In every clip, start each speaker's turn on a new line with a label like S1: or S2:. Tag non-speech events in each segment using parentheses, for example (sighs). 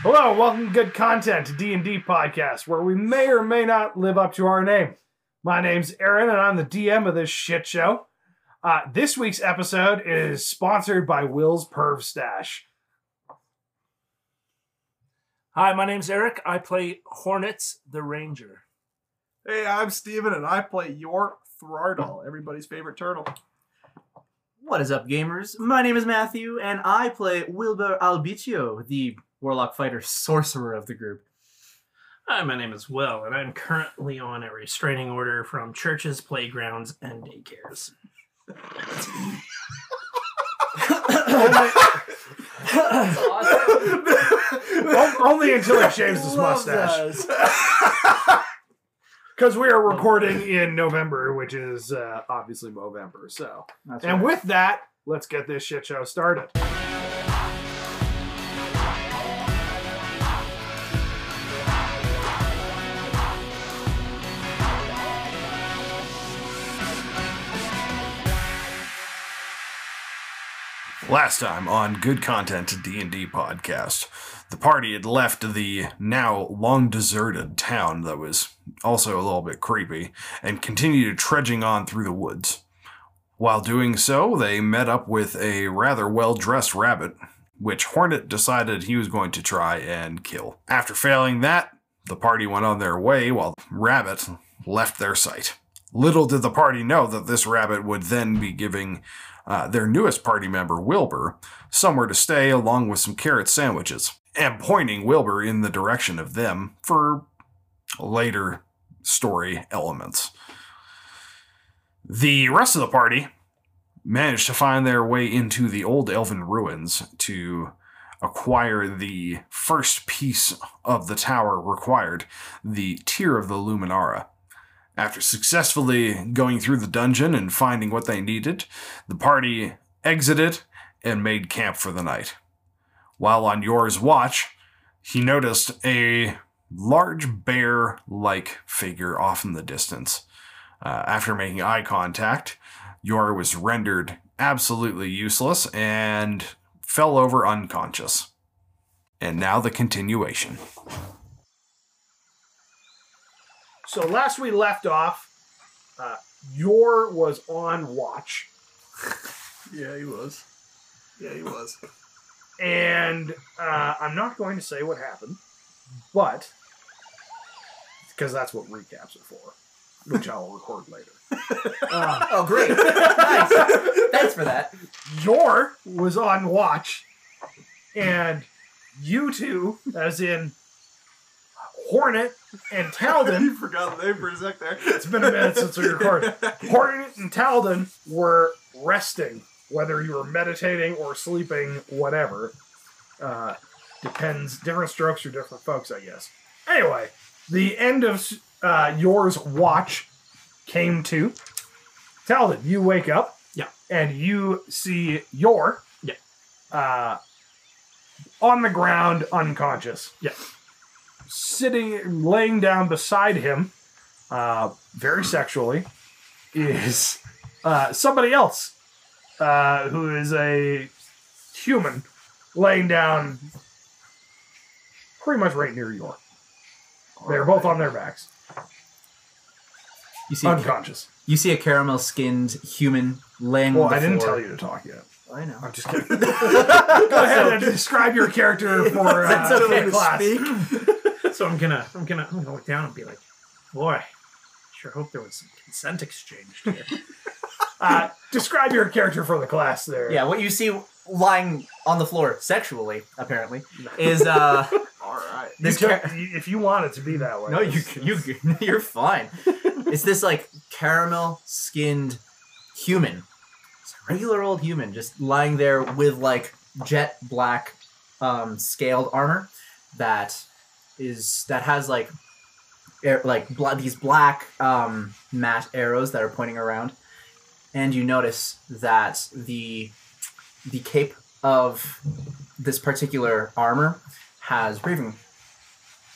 S1: Hello, welcome to Good Content, a D&D podcast where we may or may not live up to our name. My name's Aaron and I'm the DM of this shit show. Uh, this week's episode is sponsored by Will's Perv Stash.
S2: Hi, my name's Eric. I play Hornets the Ranger.
S3: Hey, I'm Steven, and I play your Thrardal, everybody's favorite turtle.
S4: What is up, gamers? My name is Matthew, and I play Wilbur Albicio, the warlock fighter sorcerer of the group.
S5: Hi, my name is Will, and I'm currently on a restraining order from churches, playgrounds, and daycares.
S1: O- Only until he shaves his mustache. Because we are recording in November, which is uh, obviously Movember. So,
S4: That's
S1: and
S4: right.
S1: with that, let's get this shit show started.
S6: Last time on Good Content D&D podcast, the party had left the now long deserted town that was also a little bit creepy and continued trudging on through the woods. While doing so, they met up with a rather well-dressed rabbit, which Hornet decided he was going to try and kill. After failing that, the party went on their way while Rabbit left their sight. Little did the party know that this rabbit would then be giving uh, their newest party member, Wilbur, somewhere to stay along with some carrot sandwiches, and pointing Wilbur in the direction of them for later story elements. The rest of the party managed to find their way into the old elven ruins to acquire the first piece of the tower required, the tier of the Luminara. After successfully going through the dungeon and finding what they needed, the party exited and made camp for the night. While on Yor's watch, he noticed a large bear like figure off in the distance. Uh, after making eye contact, Yor was rendered absolutely useless and fell over unconscious. And now the continuation.
S1: So last we left off, uh, Yor was on watch,
S3: Yeah, he was. Yeah, he was.
S1: and uh, I'm not going to say what happened, but because that's what recaps are for, which I'll record later. Uh,
S4: Oh,
S3: (laughs)
S4: great! nice. Thanks
S1: (laughs)
S4: for that.
S1: Yor was on watch, and you two, as in Hornet and
S3: you
S1: Talden,
S3: forgot the name for a sec there.
S1: it's been a minute since we recorded. Hornet and Talden were resting, whether you were meditating or sleeping, whatever. Uh, depends. Different strokes for different folks, I guess. Anyway, the end of uh, yours watch came to. Talden, you wake up.
S5: Yeah.
S1: And you see your.
S5: Yeah.
S1: Uh, on the ground, unconscious.
S5: Yeah.
S1: Sitting, laying down beside him, uh, very sexually, is uh, somebody else uh, who is a human laying down pretty much right near York. They're both on their backs,
S4: You see,
S1: unconscious.
S4: you see a caramel-skinned human laying.
S1: Well,
S4: on the
S1: I didn't
S4: floor. Oh,
S1: tell you to talk yet.
S4: I know.
S1: I'm just kidding. (laughs) Go ahead and (laughs)
S4: (laughs)
S1: describe your character for uh,
S4: That's okay,
S1: the class.
S5: So I'm gonna, I'm gonna, I'm gonna look down and be like, "Boy, sure hope there was some consent exchanged here."
S1: (laughs) Uh, describe your character for the class there.
S4: Yeah, what you see lying on the floor sexually,
S1: (laughs)
S4: apparently, is uh
S3: (laughs) All right.
S1: You
S4: this.
S1: took-
S4: char-
S1: if you want it to be that way.
S4: No, you you (laughs) you're fine. it's this like caramel skinned human, it's a regular old human, just lying there with like jet black um, scaled armor that is that has like air, like bla- these black um, matte arrows that are pointing around, and you notice that the the cape of this particular armor has raven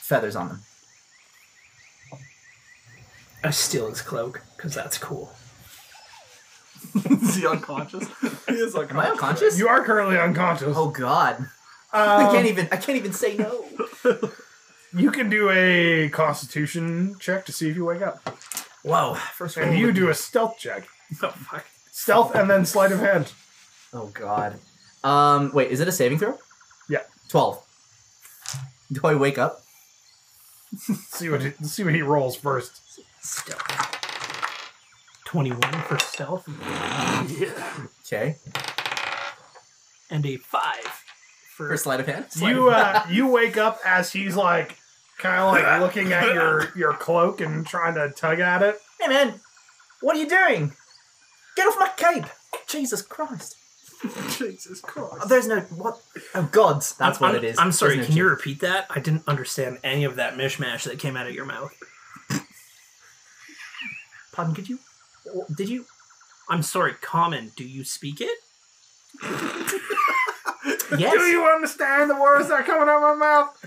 S4: feathers on them.
S5: I steal his cloak because that's cool.
S3: is he unconscious? he is unconscious.
S4: Am I
S5: (laughs)
S4: unconscious?
S1: You are currently unconscious.
S4: Oh God!
S1: Um,
S4: I can't even. I can't even say no.
S1: You can do a Constitution check to see if you wake up,
S4: Whoa! First roll.
S1: and you
S4: would-
S1: do a stealth check,
S5: Oh, fuck.
S1: stealth, and then sleight of hand.
S4: Oh God. Um. Wait. Is it a saving throw?
S1: Yeah.
S4: Twelve. Do I wake up?
S1: See what he, see what he rolls first.
S5: Stealth. 21 for stealth. Yeah.
S4: Okay.
S5: And a 5 for.
S4: For sleight of hand.
S1: You uh, you wake up as he's like kind of like looking at your your cloak and trying to tug at it.
S5: uh,
S4: Hey man, what are you doing? Get off my cape! Jesus Christ!
S3: Jesus
S4: Oh,
S3: Christ.
S4: there's no what? Oh gods!
S5: I'm,
S4: That's what
S5: I'm-
S4: it is.
S5: I'm sorry,
S4: There's no
S5: can you
S4: cheat.
S5: repeat that? I didn't understand any of that mishmash that came out of your mouth.
S4: Pardon? Could you? w- Did you?
S5: I'm sorry, common, do you speak it? (laughs)
S4: Yes.
S1: Do you understand the words that are coming out of my mouth?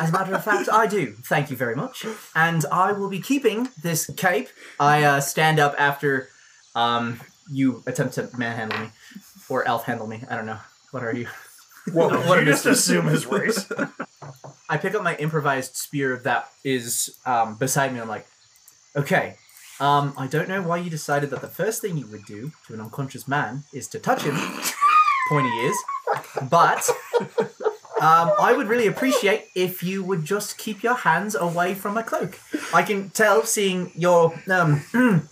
S4: As a matter of fact, I do. Thank you very much. And I will be keeping this cape. I uh, stand up after um, you attempt to manhandle me or elf handle me. I don't know. What are you?
S1: Well,
S4: What
S1: you
S4: a
S1: just assume his race.
S4: I pick up my improvised spear that is um, beside me. I'm like, okay, um, I don't know why you decided that the first thing you would do to an unconscious man is to touch him, pointy ears, but um, I would really appreciate if you would just keep your hands away from my cloak. I can tell seeing your. Um, (clears throat)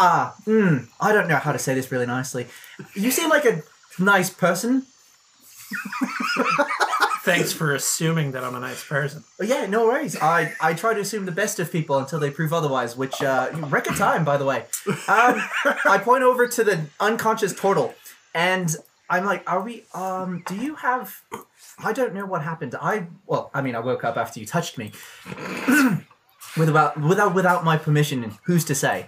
S4: Ah, mm, I don't know how to say this really nicely. You seem like a nice person,
S5: Thanks for assuming that I'm a nice person.
S4: Oh, Yeah, no worries. I, I try to assume the best of people until they prove otherwise, which uh, record time, by the way. Um, I point over to the unconscious turtle, and I'm like, "Are we? Um, do you have? I don't know what happened. I well, I mean, I woke up after you touched me, (clears throat) with about without without my permission. and Who's to say?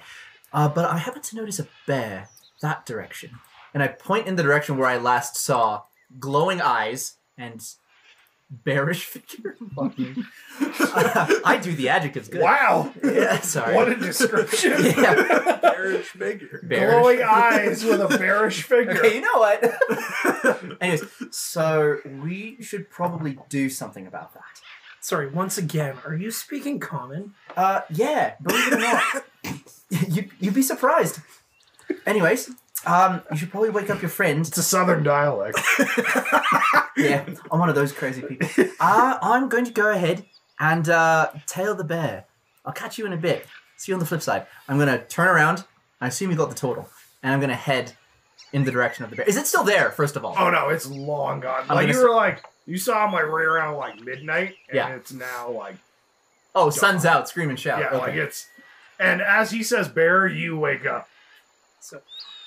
S4: Uh, but I happen to notice a bear that direction, and I point in the direction where I last saw glowing eyes and bearish (laughs) figure. Fuck you. (laughs) I do the adjectives good.
S1: Wow,
S4: Yeah, sorry.
S1: what a description!
S4: (laughs) yeah.
S3: Bearish figure.
S4: Bearish.
S1: Glowing eyes with
S4: (laughs)
S1: a bearish figure.
S4: Okay, you
S1: (laughs)
S4: know what? Anyways, so we should probably do something about that.
S5: Sorry, once again, are you speaking common?
S4: Uh, yeah, believe it
S1: (laughs)
S4: or not, you, you'd be surprised. Anyways, um, you should probably wake up your friend.
S1: It's a southern dialect.
S4: Yeah, I'm one of those crazy
S1: (laughs)
S4: people. Uh, I'm going to go ahead and uh, tail the bear. I'll catch you in a bit. See you on the flip side. I'm going to turn around. I assume you got the turtle. And I'm going to head in the direction of the bear. Is it still there, first of all?
S1: Oh no, it's long gone.
S4: I'm
S1: Like
S4: gonna
S1: you
S4: s-
S1: were like you saw him like right around like midnight, and
S4: Yeah.
S1: it's now like
S4: Oh, sun's out, scream and shout.
S1: yeah,
S4: okay.
S1: like it's. And as he says bear, you wake up.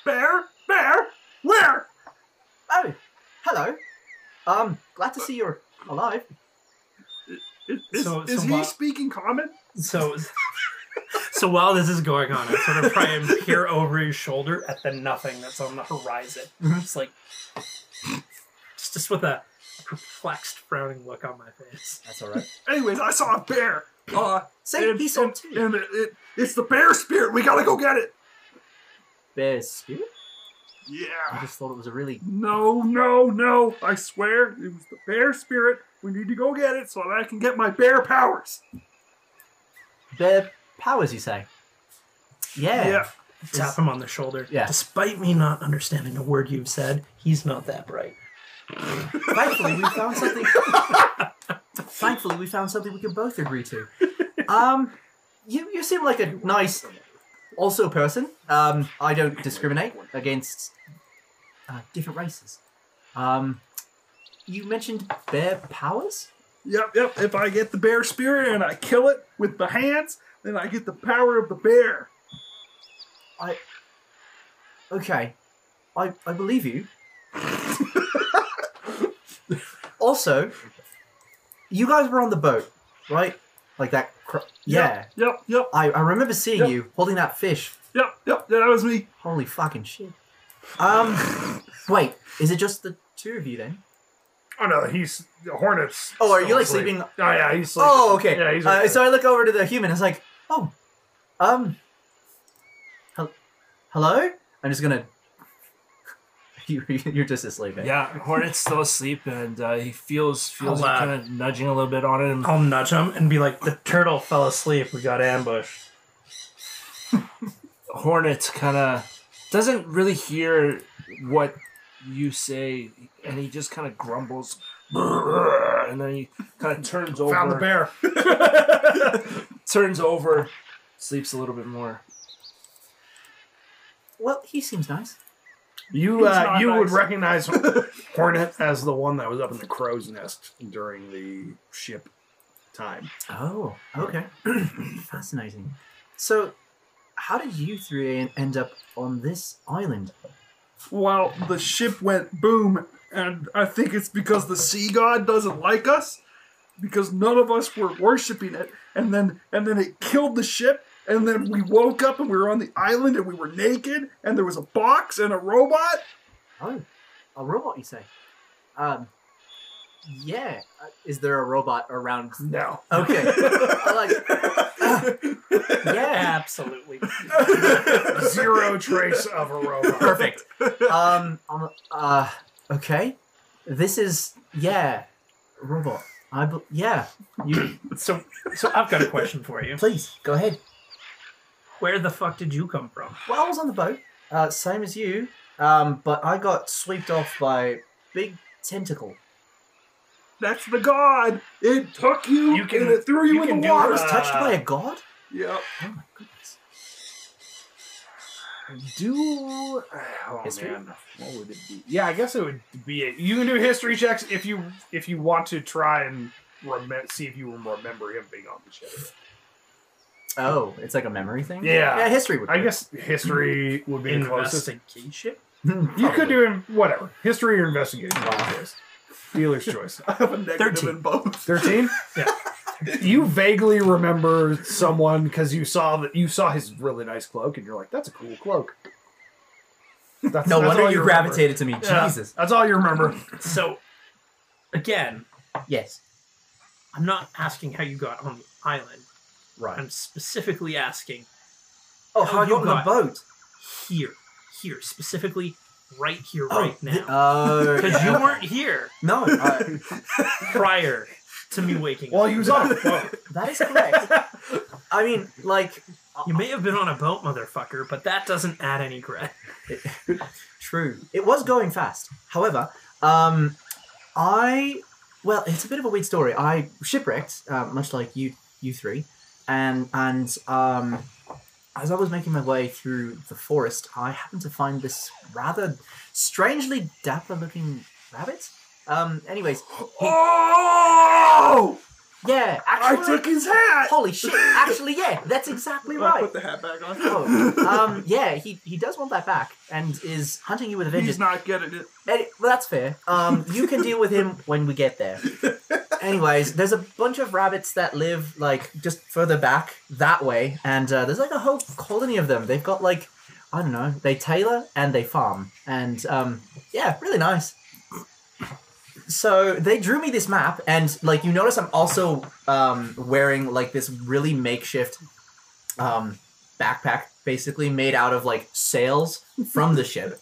S3: Bear? Bear? Where?
S4: Oh, hello. Um, glad to see you're alive.
S3: Is, is,
S5: So-
S3: is
S5: so
S3: he
S5: what-
S3: speaking common?
S5: So, so while this is going on, I sort of try and peer over his shoulder at the nothing that's on the horizon.
S4: Mhm.
S5: Just like, just, just with a perplexed, frowning look on my face.
S4: That's all right.
S3: Anyways, I saw a bear. Uh,
S4: (laughs) Say
S3: and,
S4: he saw
S3: and-
S4: two.
S3: and it, it- it's the bear spirit. We gotta go get it.
S4: Bear's spirit? I
S3: Yeah.
S4: just thought it was a really.
S3: No, no, no. I swear it was the bear spirit. We need to go get it so that I can get my bear powers.
S4: Bear powers, you say? Yeah.
S5: Tap him on the shoulder.
S4: Yeah.
S5: Despite me not understanding a word you've said, he's not that bright.
S4: Thankfully, we found (laughs) something. Thankfully, we found something we can both agree to. Um, you you seem like a nice, also person. Um, I don't discriminate against uh, different races. Um, you mentioned bear powers.
S3: Yep, yep. If I get the bear spirit and I kill it with the hands, then I get the power of the bear.
S4: Okay, I I believe you. (laughs) also, you guys were on the boat, right? Like that. Cr- yeah,
S3: Yep, yep,
S4: I I remember seeing
S3: Yep.
S4: you holding that fish.
S3: yep, yep. That was me.
S4: Holy fucking shit. Um, wait, is it just the two of you then?
S1: Oh no, he's the hornets.
S4: Oh, are you
S1: still
S4: like
S1: asleep.
S4: sleeping?
S1: Oh yeah, he's sleeping.
S4: Oh, okay.
S1: Yeah, he's
S4: Uh,
S1: right
S4: so I look over to the human. It's like, oh, um, hel- hello. I'm just gonna You, (laughs) you're just asleep. eh?
S2: Yeah, Hornet's still asleep, and uh, he feels feels
S5: I'll, uh,
S2: kind of nudging a little bit on it. And
S5: I'll nudge him and be like, the turtle fell asleep. We got ambushed.
S2: Hornet kind of doesn't really hear what you say, and he just kind of grumbles, and then he kind of turns over,
S1: Found the bear.
S4: (laughs)
S1: (laughs)
S2: turns over, sleeps a little bit more.
S4: Well, he seems nice.
S1: You
S2: It's
S1: uh,
S2: not
S1: you would
S2: nice.
S1: recognize Hornet as the one that was up in the crow's nest during the ship time.
S4: Oh, okay. (clears throat) Fascinating. So, how did you three en- end up on this island?
S3: Well, the ship went boom, and I think it's because the sea god doesn't like us, because none of us were worshiping it, and then and then it killed the ship, and then we woke up and we were on the island and we were naked, and there was a box and a robot.
S4: Oh, a robot, you say? Um, yeah. Uh, Is there a robot around?
S3: (laughs)
S1: No.
S4: Okay. I like- yeah.
S5: Absolutely.
S1: Zero trace of a robot.
S4: Perfect. Um, um, uh, okay. This is yeah, robot. I bel yeah. You
S5: So, (laughs) so I've got a question for you.
S4: please go ahead.
S5: Where the fuck did you come from?
S4: Well, I was on the boat, uh, same as you, um, but I got swept off by big tentacle.
S3: (laughs) That's the god. It took you,
S5: You can-
S3: and it threw you,
S5: you
S3: in
S5: can
S3: the
S5: do
S4: I
S3: water.
S4: was touched
S5: Uh,
S4: by a god.
S3: Yep.
S4: Oh my goodness.
S1: Do oh
S4: History?
S1: man, what would it be? Yeah, I guess it would be it. You can do history checks if you if you want to try and remem- see if you remember him being on the ship.
S4: Oh, it's like a memory thing.
S1: Yeah.
S4: yeah. History would.
S1: I
S4: do.
S1: guess history would be the closest.
S5: Investigation?
S1: You could do in- whatever history or investigation.
S4: Wow.
S1: Dealer's choice.
S3: I have a negative
S5: 13. (laughs)
S3: in both.
S1: Thirteen.
S5: Yeah.
S1: You vaguely remember someone because you saw that you saw his really nice cloak, and you're like, "That's a cool cloak." That's,
S4: No
S1: that's all
S4: wonder you
S1: remember.
S4: gravitated to me.
S5: Yeah.
S4: Jesus.
S1: That's all you remember.
S5: Uh, So, again,
S4: Yes.
S5: I'm not asking how you got on the island.
S4: Right.
S5: I'm specifically asking
S4: Oh, how
S5: you
S4: you on the
S5: got- (laughs)
S4: boat?
S5: here, here, specifically right here,
S4: Oh,
S5: right
S4: th-
S5: now.
S4: Oh,
S5: Because
S4: yeah.
S5: you weren't here
S4: No, uh, I-
S5: prior to me waking
S1: Well,
S5: up.
S1: he was on the boat.
S4: that is correct.
S5: (laughs)
S4: I mean, like,
S5: You may have been on a boat, motherfucker, but that doesn't add any credit.
S4: True. It was going fast. However, um, I well, it's a bit of a weird story. I shipwrecked, uh, much like you, you three, and and um, as I was making my way through the forest, I happened to find this rather strangely dapper-looking rabbit. Um, anyways,
S3: Oh!
S4: yeah,
S3: I
S4: actually,
S3: took his hat.
S4: holy shit, actually, yeah, that's
S3: (laughs)
S4: exactly
S3: I
S4: right.
S3: put the hat back on.
S4: Oh,
S3: (laughs)
S4: um, yeah, he, he does want that back, and is hunting you with a vengeance.
S3: He's not getting it.
S4: Any- well, that's fair. Um, you can deal with him
S3: (laughs)
S4: when we get there. Anyways, there's a bunch of rabbits that live like just further back that way, and uh, there's like a whole colony of them. They've got like I don't know, they tailor and they farm, and um, yeah, really nice. So they drew me this map, and like you notice, I'm also um, wearing like this really makeshift um, backpack, basically made out of like sails from the
S3: (laughs)
S4: ship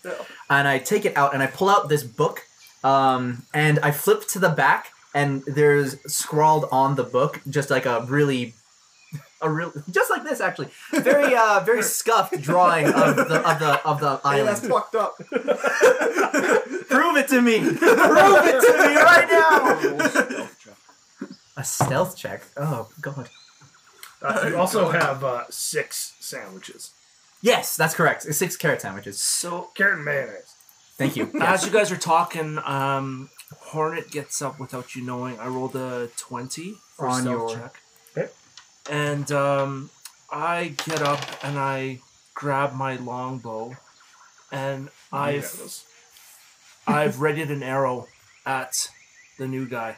S4: and I take it out and I pull out this book, um, and I flip to the back, and there's scrawled on the book just like a really, a real, just like this actually, very uh,
S3: (laughs)
S4: very scuffed drawing of the of the of the
S3: Hey, that's
S4: island.
S3: fucked up.
S4: (laughs) Prove
S3: (laughs)
S4: it to me! Prove it to me right now! A stealth check. Oh god.
S1: Uh, you also have uh, six sandwiches,
S4: Yes, that's correct. It's six carrot sandwiches.
S2: So
S1: carrot and mayonnaise. (laughs)
S4: Thank you.
S2: as you guys are talking, um, Hornet gets up without you knowing. I rolled a twenty for
S4: On
S2: stealth
S4: your-
S2: check,
S1: Okay.
S2: and um, I get up and I grab my longbow, and
S4: Oh,
S2: I've
S1: Yes.
S2: (laughs) I've readied an arrow at the new guy.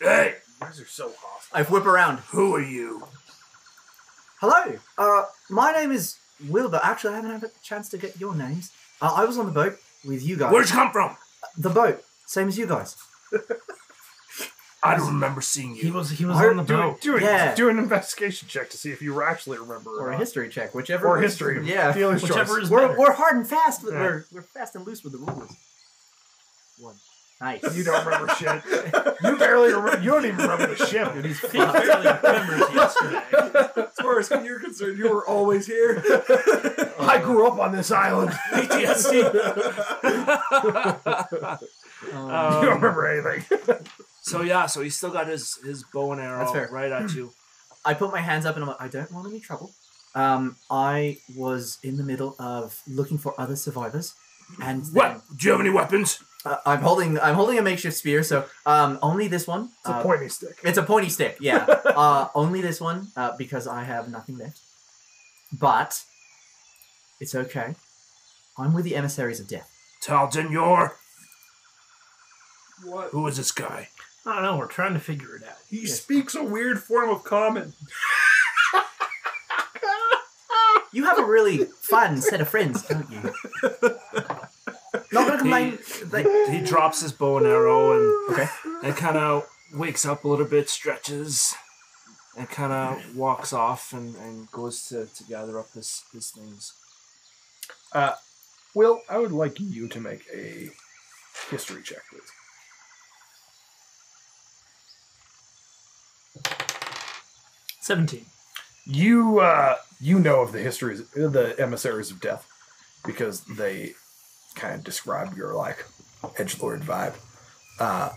S2: Hey,
S1: You guys are so hostile.
S4: I whip around.
S2: who are you?
S4: Hello. Uh, my name is Wilbur. Actually, I haven't had a chance to get your names. Uh, I was on the boat with you guys.
S2: Where'd you come from?
S4: the boat? Same as you guys.
S2: I don't remember seeing you.
S5: He
S4: (laughs)
S2: (laughs)
S5: was he was
S4: Why-
S5: on the
S1: Do,
S5: boat.
S1: do, an-
S4: Yeah.
S1: do an investigation check to see if you actually remember
S4: Or
S1: or,
S4: a
S1: not.
S4: history check, whichever.
S1: Uh, or history. (laughs)
S4: Yeah.
S1: Dealer's
S5: Whichever
S1: choice.
S5: is
S4: We're,
S5: better.
S4: we're hard and fast. With,
S1: Yeah.
S4: We're we're fast and loose with the rules. One. Nice.
S1: (laughs) You don't remember shit.
S3: (laughs)
S1: You barely remember. You don't even remember the ship.
S4: (laughs)
S1: dude.
S5: He barely remembers (laughs) yesterday.
S3: As far as you're concerned, you were always here. (laughs)
S1: I grew up on this (laughs) island.
S4: (laughs)
S1: you
S4: Um,
S1: don't
S2: Um,
S1: remember anything.
S2: so yeah, so he's still got his his bow and arrow
S4: That's fair.
S2: right at you.
S4: I put my hands up and I'm like, I don't want any trouble. Um, I was in the middle of looking for other survivors, and then,
S2: What? Do you have any weapons?
S4: uh, I'm holding I'm holding a makeshift spear, so um, only this one.
S1: It's a
S4: Uh,
S1: pointy stick.
S4: It's a pointy stick, (laughs) yeah. uh, only this one uh, because I have nothing left. But it's okay. I'm with the emissaries of death.
S2: Talden, you're
S3: What?
S2: who is this guy?
S5: I don't know. We're trying to figure it out.
S3: He speaks a weird form of common.
S4: You have a (laughs) really fun set of friends, don't (laughs) you? Not gonna complain. Like,
S2: He drops his bow and arrow and
S4: Okay.
S2: and kind of wakes up a little bit, stretches, and kind of walks off and, and goes to, to gather up his, his things.
S1: Will, I would like you to make a history check, please.
S5: Seventeen.
S1: You uh, you know of the histories, the emissaries of death, because they kind of describe your like edge lord vibe. Uh,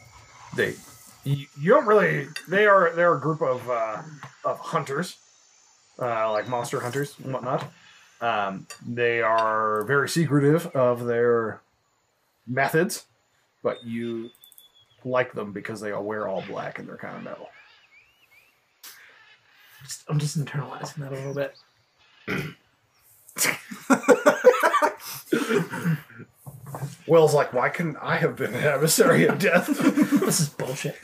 S1: they you, you don't really they are they're a group of uh, of hunters, uh, like monster hunters and whatnot. Um, they are very secretive of their methods, but you like them because they all wear all black and they're kind of metal.
S5: Just, I'm just internalizing that a little (laughs) bit.
S1: Will's like, why couldn't I have been an emissary of
S4: (laughs)
S1: death?
S5: This is (laughs) bullshit.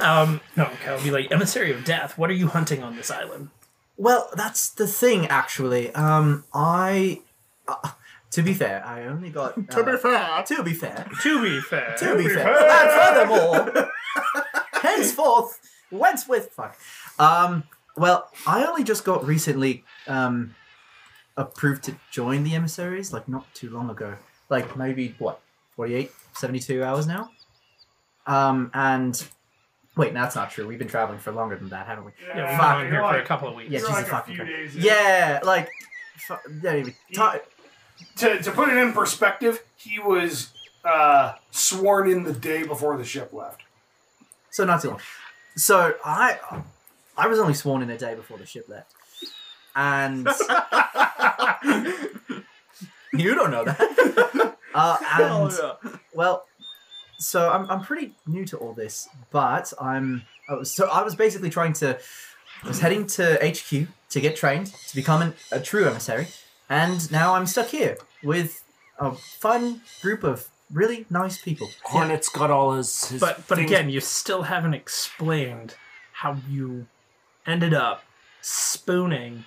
S5: um, no, okay, I'll be like emissary of death. What are you hunting on this island?
S4: Well, that's the thing, actually. Um, I, uh, to be fair, I only got uh, to be fair. To be fair.
S5: To be fair,
S4: To be fair. And furthermore, henceforth, whence with fuck. Um, well, I only just got recently um approved to join the emissaries, like not too long ago, like maybe what 48, 72 hours now. Um, and wait, that's not true. We've been traveling for longer than that, haven't we?
S5: yeah, we've
S4: Fuck.
S5: been here for a couple of weeks.
S4: Yeah,
S5: Yeah,
S4: Jesus
S1: like a
S4: fucking
S1: few
S4: Christ.
S1: days in.
S4: Yeah, like, fu- don't even talk-
S1: To, to put it in perspective, he was uh, sworn in the day before the ship (laughs) left.
S4: so not too long. So I, I was only sworn in a day before the ship left,
S3: (laughs)
S4: and you don't
S3: (laughs)
S4: know that. uh, and
S3: Hell yeah.
S4: well, so I'm, I'm pretty new to all this, but I'm I was, so I was basically trying to I was heading to HQ to get trained to become an, a true emissary, and now I'm stuck here with a fun group of really nice people.
S2: Hornet's got all his, his
S5: but but
S2: things-
S5: again, you still haven't explained how you ended up spooning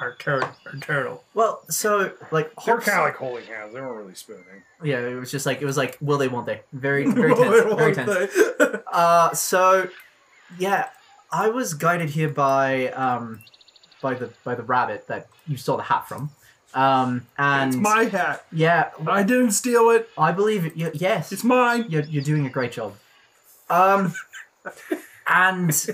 S5: our, tur- our turtle.
S4: Well, so like
S1: They're
S4: Hops-
S1: kind of like holding hands. They weren't really spooning.
S4: Yeah, it was just like it was like will they won't they?
S3: (laughs)
S4: Very very tense, very tense. Uh, so yeah, I was guided here by um by the by the rabbit that you saw the hat from. Um and
S3: It's my hat.
S4: yeah,
S3: I didn't steal it.
S4: I believe it. you yes.
S3: It's mine.
S4: you're, you're doing a great job. Um, and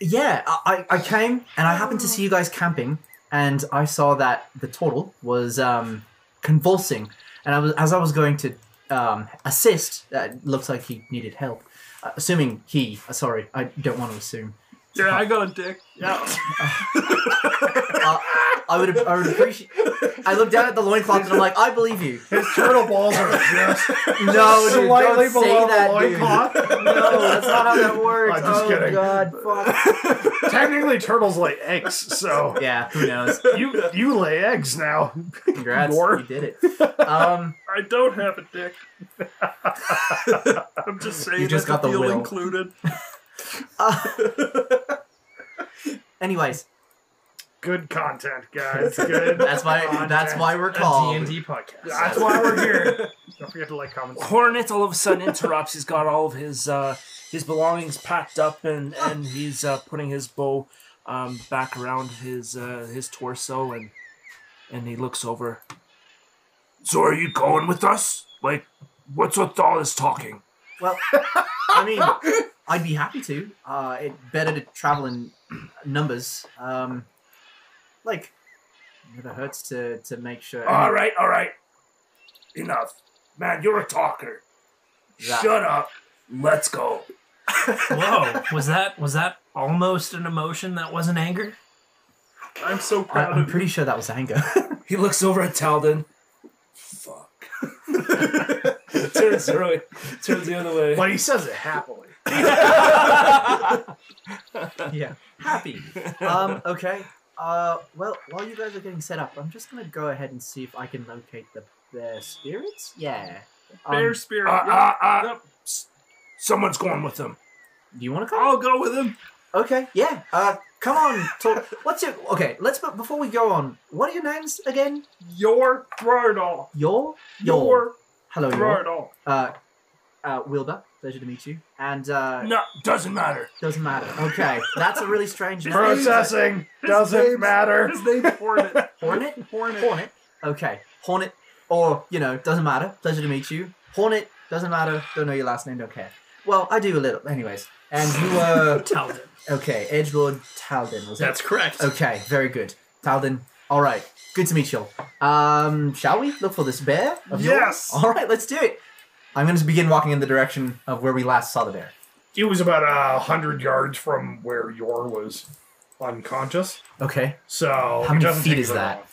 S4: yeah, I, I I came and I happened to see you guys camping, and I saw that the turtle was um, convulsing, and I was as I was going to um, assist. Uh, it looks like he needed help. Uh, assuming he, uh, sorry, I don't want to assume.
S3: Yeah, I got a dick. (laughs) Yeah.
S4: Uh, I would, I would appreciate. I look down at the loincloth and I'm like, I believe you.
S1: His turtle balls are just
S4: (laughs) No, dude,
S1: slightly
S4: don't
S1: below
S4: say that,
S1: the
S4: dude.
S1: loincloth.
S4: No, Oh, that's not how that works.
S1: I'm just
S4: oh
S1: kidding.
S4: God, fuck.
S1: (laughs) Technically, turtles lay eggs, so
S4: Yeah, who knows?
S1: you you lay eggs now.
S4: Congrats,
S1: Dwarf.
S4: you did it. Um,
S3: I don't have a dick. I'm just saying.
S4: You just
S3: that
S4: got the
S3: deal (laughs)
S4: will.
S3: included.
S4: anyways,
S1: Good content, guys. Good.
S4: that's why
S1: content.
S4: that's why we're
S5: A
S4: called.
S5: D&D podcast.
S1: That's why we're here. Don't forget to like, comment.
S2: Hornet all of a sudden interrupts. He's got all of his uh, his belongings packed up, and and he's uh, putting his bow um, back around his uh, his torso, and and he looks over. So are you going with us? Like, what's with all this talking?
S4: Well, I mean, I'd be happy to. Uh, it better to travel in numbers. Um, like, never hurts to to make sure.
S1: Oh,
S2: All right, all right, enough, man. You're a talker.
S4: That-
S2: Shut up. Let's go.
S5: Whoa, (laughs) was that was that almost an emotion that wasn't anger?
S3: I'm so
S4: I,
S3: proud
S4: I'm
S3: of you.
S4: pretty sure that was anger. (laughs)
S2: He looks over at Talden. Fuck. (laughs) turns the other turns the other way.
S1: But he says it happily.
S4: yeah, happy. Um, okay. Uh, well, while you guys are getting set up, I'm just gonna go ahead and see if I can locate the bear spirits. Yeah. Um,
S3: Bear spirit.
S2: Uh,
S3: yeah.
S2: uh, uh,
S3: Yep.
S2: someone's going with him.
S4: do you want to come?
S3: I'll go with him.
S4: Okay, yeah. Uh, come on. Talk. What's your okay? Let's but before we go on, what are your names again?
S3: Your Thrardal.
S4: Your
S3: Your
S4: hello, your
S3: Thrardal.
S4: uh, uh, Wilbur. Pleasure to meet you. And uh,
S2: No, doesn't matter.
S4: doesn't matter. Okay, that's a really strange name.
S1: Processing doesn't
S3: name's-
S1: matter.
S3: His name's
S1: (laughs)
S3: Hornet.
S4: Hornet.
S3: Hornet.
S4: Hornet. Okay, Hornet, or you know, doesn't matter. Pleasure to meet you. Hornet doesn't matter. Don't know your last name. Don't care. Well, I do a little, anyways. And you (laughs) were
S5: Talden.
S4: okay, Edgelord Talden was it?
S5: (laughs) That's correct.
S4: Okay, very good. Talden, all right. Good to meet you. Um, shall we look for this bear? of yours?
S3: Yes.
S4: All right, let's do it. I'm going to begin walking in the direction of where we last saw the bear.
S1: It was about a hundred yards from where Yor was unconscious.
S4: Okay.
S1: So
S4: How many feet is that?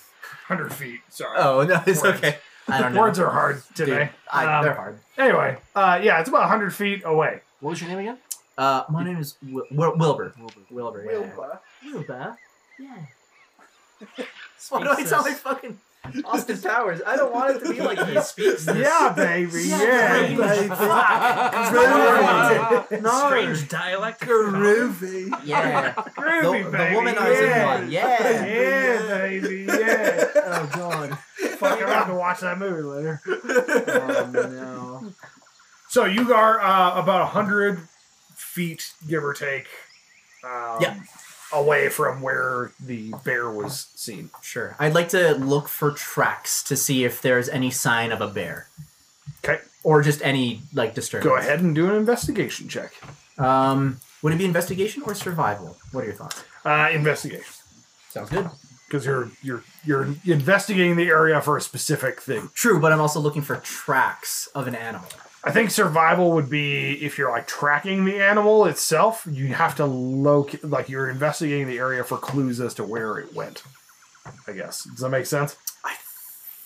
S1: Hundred feet. Sorry.
S4: Oh no, it's
S1: Words.
S4: okay. I
S1: (laughs)
S4: don't know.
S1: Words are hard
S4: Dude,
S1: today.
S4: I,
S1: Um,
S4: they're hard.
S1: Anyway, uh, yeah, it's about hundred feet away.
S2: What was your name again?
S4: Uh, my name is Wil- Wil- Wilbur.
S2: Wilbur.
S4: Wilbur. yeah.
S3: Wilbur.
S4: Wilbur? Yeah. (laughs) Why do I sound like
S5: Speaks
S4: fucking (laughs) Austin Powers? I don't want it to be like (laughs) he speaks this.
S1: Yeah,
S4: (laughs)
S1: baby. Yeah.
S4: Groovy.
S5: this
S4: No.
S5: strange dialect.
S3: Groovy.
S4: Yeah. The,
S1: Groovy,
S4: the
S1: baby.
S4: woman
S1: yeah.
S4: I was in one. Yeah.
S1: Yeah, baby. Yeah.
S4: Oh, God.
S1: Fuck, I have to watch that movie later.
S4: Oh, no.
S1: So you are uh, about hundred feet, give or take, um,
S4: Yeah.
S1: away from where the bear was seen.
S4: Sure. I'd like to look for tracks to see if there's any sign of a bear.
S1: Okay.
S4: Or just any, like, disturbance.
S1: Go ahead and do an investigation check.
S4: Um, would it be investigation or survival? What are your thoughts?
S1: Uh, investigation,
S4: Sounds good.
S1: because you're you're you're investigating the area for a specific thing.
S4: True, but I'm also looking for tracks of an animal.
S1: I think survival would be if you're like tracking the animal itself. You have to locate, like you're investigating the area for clues as to where it went. I guess does that make
S3: (laughs)
S1: sense?
S4: I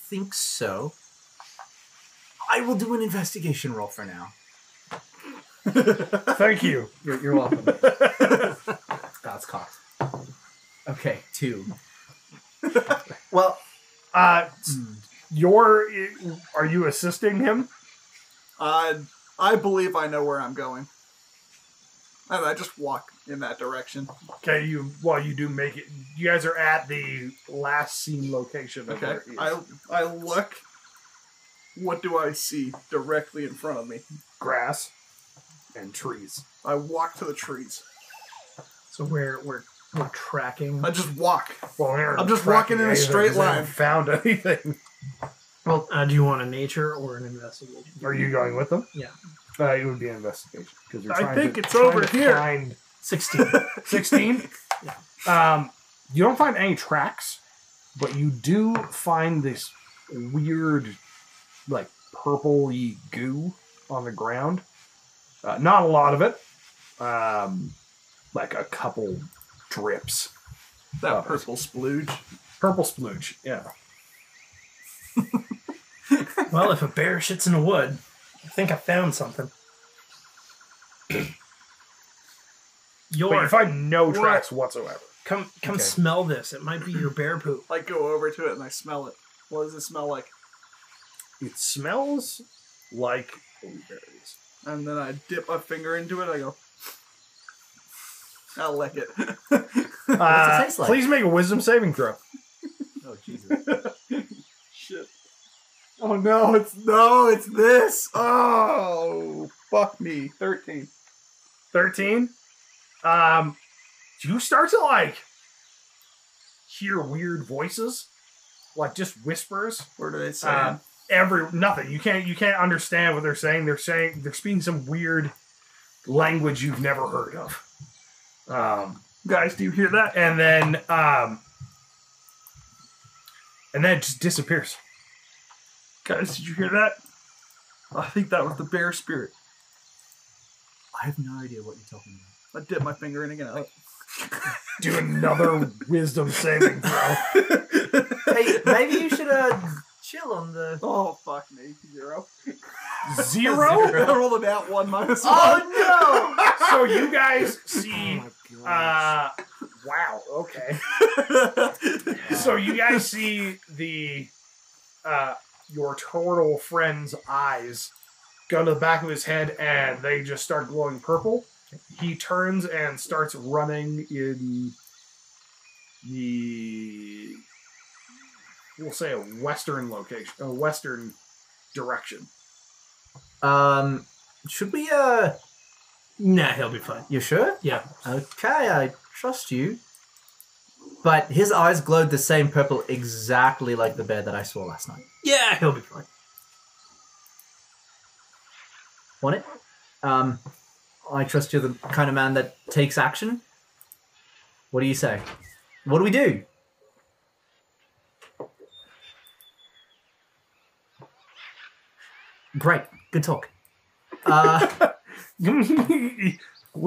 S4: think so. I will do an investigation roll for now.
S1: Thank you.
S4: You're, you're welcome. That's cocked. Okay, two. (laughs) well,
S1: Uh,
S4: mm,
S1: your are you assisting him?
S3: (laughs) I I believe I know where I'm going. And I just walk in that direction.
S1: Okay, you well, you do make it. You guys are at the last seen location. Of
S3: Okay.
S1: where he is.
S3: I I look. What do I see directly in front of me?
S1: grass and trees.
S3: I walk to the trees.
S5: So we're we're we're tracking.
S3: I just walk.
S1: Well, we aren't
S3: I'm just
S1: tracking
S3: walking in a
S1: anything
S3: straight
S1: 'cause I haven't
S3: line.
S1: Found (laughs) anything?
S5: Well, uh, do you want a nature or an investigation?
S1: Are you going with them?
S5: Yeah.
S1: Uh, it would be an investigation because you're.
S3: I
S1: trying
S3: think
S1: to-
S3: it's
S1: trying
S3: over
S1: to
S3: here.
S1: Find
S5: (laughs) sixteen?
S1: Sixteen. Um, you don't find any tracks, but you do find this weird, like purpley goo on the ground. Uh, not a lot of it. Um, like a couple drips.
S3: That
S1: Okay.
S3: purple splooge.
S1: Purple splooge. Yeah.
S5: well, if a bear shits in a wood, I think I found (clears throat) something.
S1: But
S5: Your
S1: you find no
S3: What?
S1: tracks whatsoever.
S5: come come
S4: Okay.
S5: smell this. It might be your bear poop.
S3: I go over to it and I smell it. What does it smell like?
S1: It smells like blueberries.
S3: And then I dip my finger into it. I go. I'll lick (laughs) it.
S1: Uh,
S4: Oh, taste like?
S1: Please make a wisdom saving throw.
S4: oh Jesus.
S3: (laughs) Shit. Oh no! It's no! It's this. Oh fuck me. Thirteen.
S1: 13 um you start to like hear weird voices like just whispers
S3: Where do they say?
S1: Uh, every nothing you can't you can't understand what they're saying they're saying they're speaking some weird language you've never heard of um
S3: Guys, do you hear that?
S1: and then um and then it just disappears
S3: Guys, did you hear that? I think that was the bear spirit.
S4: I have no idea what you're talking about.
S3: I dip my finger in again. (laughs) Oh,
S1: do another wisdom saving throw
S4: hey, maybe you should uh, chill on the.
S3: oh fuck me. Zero.
S1: (laughs) zero
S3: (laughs) I rolled an out one minus one.
S4: Oh no!
S1: so you guys see
S2: Oh my gosh.
S1: uh wow okay uh,
S3: (laughs)
S1: so you guys see the uh your turtle friend's eyes go to the back of his head and they just start glowing purple he turns and starts running in the we'll say a western location a western direction
S4: Um, should we? Uh,
S5: (clears throat) Nah, he'll be fine.
S4: you sure?
S5: Yeah.
S4: Okay, I trust you. But his eyes glowed the same purple, exactly like the bear that I saw last night.
S5: Yeah, he'll be fine.
S4: on it. Um, I trust you're the kind of man that takes action. What do you say? What do we do? Great, good talk. Uh,
S1: (laughs)
S4: (laughs)
S1: we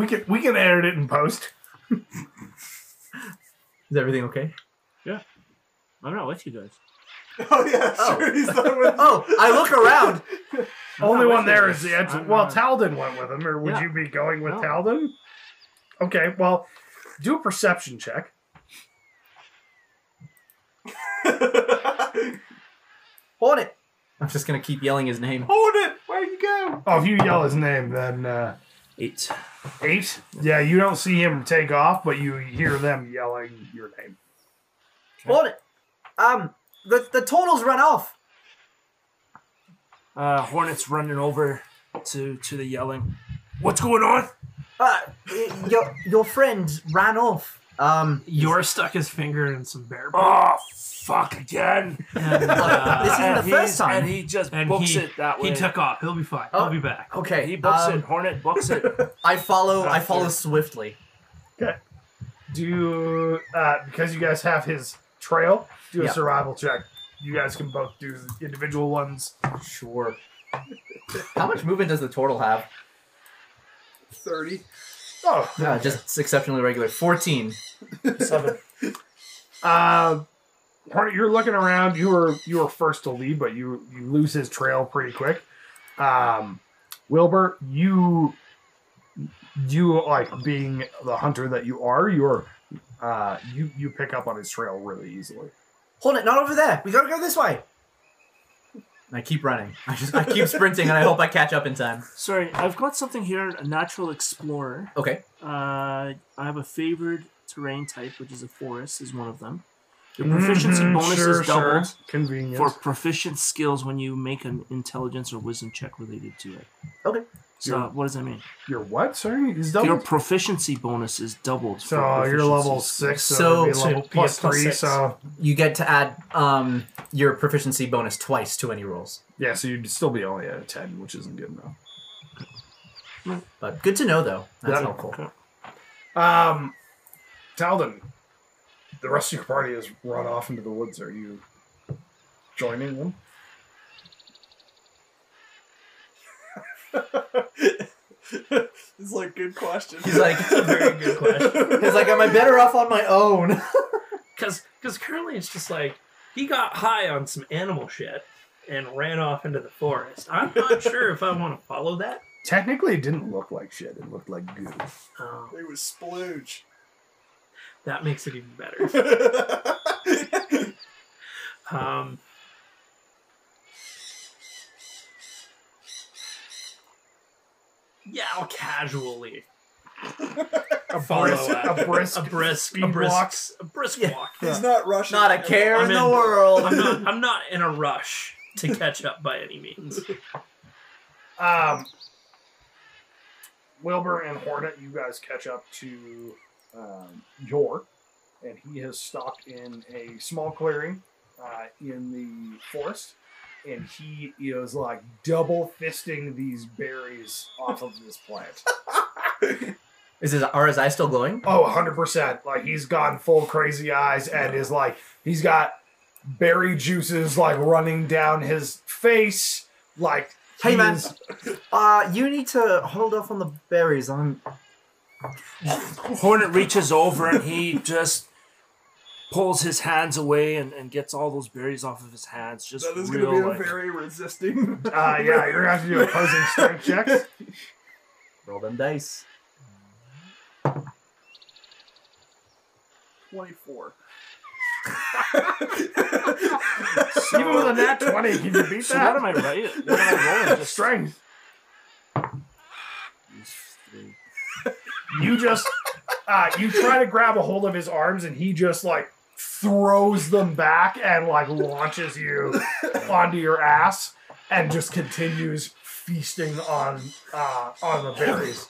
S1: can we can edit it in post
S4: is everything okay?
S2: I'm not with you guys.
S3: Oh yeah,
S4: Oh.
S3: sure. He's not (laughs) with
S4: Oh, I look around.
S2: I'm
S1: Only
S2: not
S1: one
S2: with
S1: there
S2: you
S1: is
S2: guys.
S1: the answer.
S2: I'm
S1: Well,
S2: not-
S1: Talden went with him, or would
S2: Yeah.
S1: you be going with
S2: No.
S1: Talden? Okay, well, do a perception check.
S4: Horn it. I'm just gonna keep yelling his name.
S3: Hold it! Where you go?
S1: Oh, if you yell his name, then uh,
S2: eight.
S1: eight. Yeah, you don't see him take off, but you hear them yelling your name.
S4: Horn it. Um, the the turtles run off.
S2: Uh, Hornet's running over to to the yelling. What's going on?
S4: Uh, your your friend ran off. Um,
S5: Yor stuck his finger in some bear.
S2: Oh fuck again!
S1: (laughs)
S5: And, uh, (laughs)
S4: This isn't
S2: And
S4: the
S2: he's-
S4: first time.
S2: and he just
S5: and
S2: books
S5: he,
S2: it that way.
S5: he took off. He'll be fine.
S4: Oh.
S5: He'll be back.
S4: okay,
S2: He books
S4: um,
S2: it. Hornet books
S4: (laughs)
S2: it.
S4: I follow. I
S2: After.
S4: follow swiftly.
S1: Do uh, because you guys have his trail. Do a
S4: Yeah.
S1: survival check. You guys can both do individual ones.
S4: Sure. How much movement does the turtle have? (laughs)
S3: Thirty.
S1: Oh,
S4: Uh, just exceptionally regular. 14.
S2: Seven.
S1: Uh, Hornet, you're looking around. You were you were first to leave, but you you lose his trail pretty quick. Um, Wilbur, you you like being the hunter that you are. You're uh, you you pick up on his trail really easily.
S4: Hold it, not over there. We gotta go this way. And I keep running. I just I keep sprinting, and I hope I catch up in time.
S2: Sorry, I've got something here. A natural explorer.
S4: Okay.
S2: Uh, I have a favored terrain type, which is a forest, is one of them. Your
S5: Mm-hmm,
S2: proficiency
S1: Mhm,
S2: bonus
S1: sure,
S2: is doubled
S1: sure. Convenient.
S2: Mm-hmm, for proficient skills when you make an intelligence or wisdom check related to it.
S4: Okay.
S2: So what does that mean?
S1: your what? Sorry, is
S2: Your
S1: doubled.
S2: proficiency bonus is doubled. for
S1: So uh, you're
S2: proficiency
S1: level
S2: skills.
S1: six, so,
S4: So-
S1: it'd be
S4: so
S1: level
S5: it'd be a
S1: plus
S5: plus
S1: three.
S5: six.
S1: So
S4: You get to add um your proficiency bonus twice to any rolls.
S1: yeah, so you'd still be only at a ten, which isn't good enough.
S4: But good to know though. That's
S1: Yeah.
S4: helpful.
S1: Um, Talden, the rest of your party has run off into the woods. Are you joining them?
S3: It's like good question.
S4: He's like
S5: Very good question.
S4: He's like, am I better off on my own?
S5: Because currently it's just like he got high on some animal shit and ran off into the forest. I'm
S1: (laughs)
S5: not sure if I want to follow that.
S1: Technically, it didn't look like shit. It looked like goo.
S5: Um,
S3: It was splooge.
S5: that makes it even better. Um, yeah, I'll casually
S1: A
S5: (laughs) follow
S1: brisk,
S5: that.
S1: a brisk,
S5: a brisk, a
S1: speed
S5: brisk,
S1: walk.
S5: a brisk
S4: Yeah.
S5: walk.
S3: (laughs) He's not rushing.
S4: Not a care
S5: I'm
S4: in the
S5: in.
S4: world.
S5: I'm not, I'm not in a rush to catch up by any means.
S1: Um, Wilbur and Hornet, you guys catch up to um, Yor, and he has stopped in a small clearing uh, in the forest, and he is like double fisting these berries off of this plant.
S4: Is his are his eyes still glowing?
S1: Oh, 100%. Like, he's gone full crazy eyes and is like, he's got berry juices like running down his face. Like,
S4: Hey, man.
S1: he's-
S4: (laughs) Uh, you need to hold off on the berries. I'm.
S2: Hornet reaches over and he just pulls his hands away and, and gets all those berries off of his hands. Just
S3: That is
S2: real
S3: going to be a
S2: like,
S3: very
S4: (laughs)
S3: resisting.
S1: Uh, yeah, you're gonna have to do opposing strength
S2: (laughs)
S1: checks.
S4: Roll them dice.
S3: 24.
S1: Even with a nat 20, can you beat
S2: So what
S1: that?
S2: am I right? What am
S1: (laughs)
S2: I rolling? Just
S1: strength.
S2: three.
S1: You just, uh, you try to grab a hold of his arms, and he just like throws them back and like launches you onto your ass, and just continues feasting on uh, on the berries.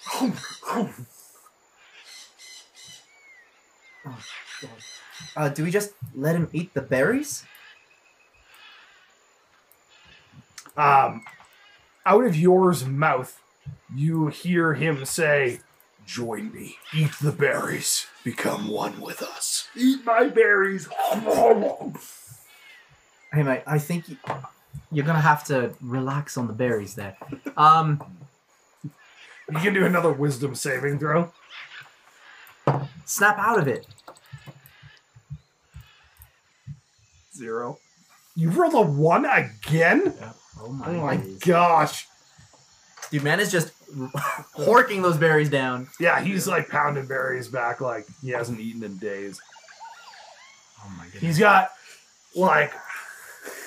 S4: Uh, do we just let him eat the berries?
S1: Um, out of yours mouth, you hear him say, "Join me, eat the berries, become one with us."
S3: Eat my berries.
S4: Hey, mate. I think you, you're gonna have to relax on the berries there. Um,
S1: You can do another wisdom saving throw.
S4: snap out of it.
S3: Zero.
S1: You rolled a one again?
S4: Oh my,
S1: Oh my
S4: days.
S1: gosh.
S4: Dude, man is just (laughs) horking those berries down.
S1: Yeah, he's like pounding berries back like he hasn't eaten in days.
S4: Oh my goodness.
S1: He's got like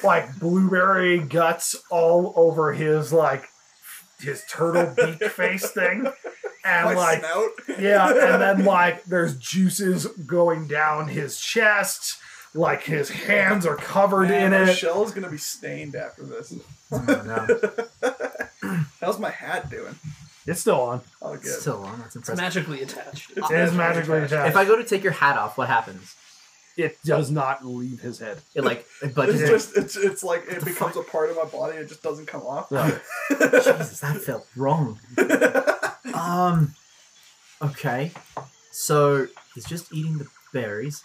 S1: like blueberry guts all over his like his turtle beak face thing. And like Yeah, and
S3: (laughs)
S1: then like there's juices going down his chest, like his hands are covered
S3: Man, oh,
S1: in
S3: my
S1: it.
S3: shell's going to be stained after this.
S4: Oh, (laughs) no.
S3: How's my hat doing?
S1: it's still on.
S3: Oh, good.
S4: It's still on. That's
S5: It's
S4: impressive.
S5: magically attached.
S1: It is magically
S4: If
S1: attached.
S4: I go to take your hat off, what happens?
S1: it does not leave his head.
S4: It like it budges.
S3: It's
S4: in.
S3: just it's it's like it becomes a part of my body. It just doesn't come off. (laughs)
S1: No.
S4: (laughs) Jesus, that felt wrong.
S1: (laughs)
S4: um, okay. So he's just eating the berries.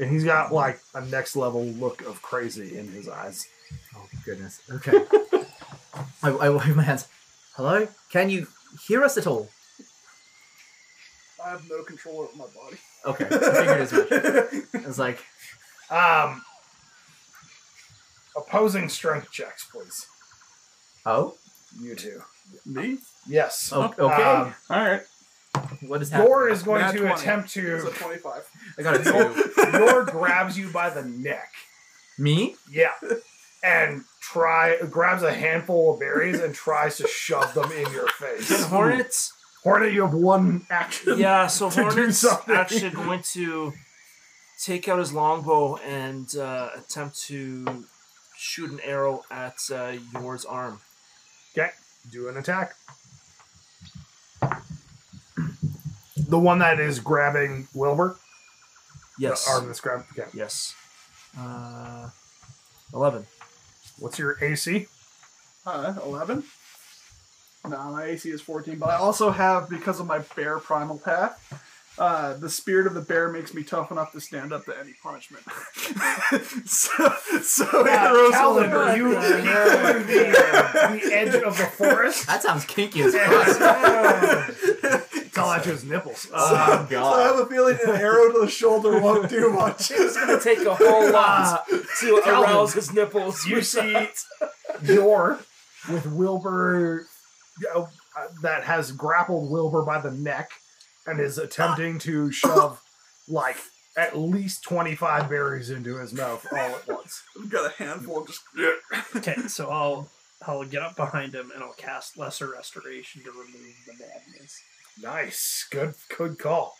S1: and he's got like a next level look of crazy in his eyes.
S4: Oh goodness.
S1: (laughs)
S4: Okay. I, I wave my hands. Hello? Can you hear us at all?
S3: I have no control over my
S1: (laughs)
S3: body.
S4: Okay. I figured as much. It's like
S1: Um, opposing strength checks, please.
S4: oh
S1: You two.
S3: (laughs) Me?
S1: Yes.
S4: o- Oh, okay.
S1: Um,
S3: All right.
S4: what is happening?
S1: Yor is going
S3: Nat
S1: to
S3: 20.
S1: attempt
S3: It's a
S1: to. (laughs)
S3: twenty-five.
S4: I got a two.
S1: Yor grabs you by the neck.
S4: Me?
S1: Yeah. And try grabs a handful of berries and tries to shove them in your
S2: Can
S1: face.
S2: (laughs) Hornets?
S1: Hornet, you have one action.
S2: Yeah,
S1: (laughs)
S2: so
S1: To do
S2: Hornet's
S1: something.
S2: actually going to take out his longbow and uh, attempt to shoot an arrow at uh, yours arm.
S1: Okay. Do an attack. The one that is grabbing Wilbur.
S2: Yes.
S1: The arm that's grabbing. Okay.
S2: Yes. Uh, 11.
S1: What's your (laughs) AC?
S3: Uh, eleven. Nah, my AC is fourteen, but I also have because of my bear primal path. Uh, the spirit of the bear makes me tough enough to stand up to any punishment. (laughs) so, so arrows will
S1: Calvin,
S3: hurt.
S1: you (laughs) the, the edge of the (laughs) forest.
S4: That sounds kinky
S1: (laughs)
S4: as fuck.
S1: It's all at his nipples.
S4: Oh,
S1: Um,
S3: So I have a feeling an arrow to the shoulder won't do much. (laughs)
S2: going to take a
S1: (laughs)
S2: whole
S1: uh,
S2: to
S1: arouse
S2: his nipples.
S1: you
S2: (laughs)
S1: see your with Wilbur uh, that has grappled Wilbur by the neck and is attempting to shove like at least 25 berries into his mouth all at once.
S3: I've got a handful. Just
S5: Okay, so I'll I'll get up behind him and I'll cast Lesser Restoration to remove the madness.
S1: Nice. Good good call.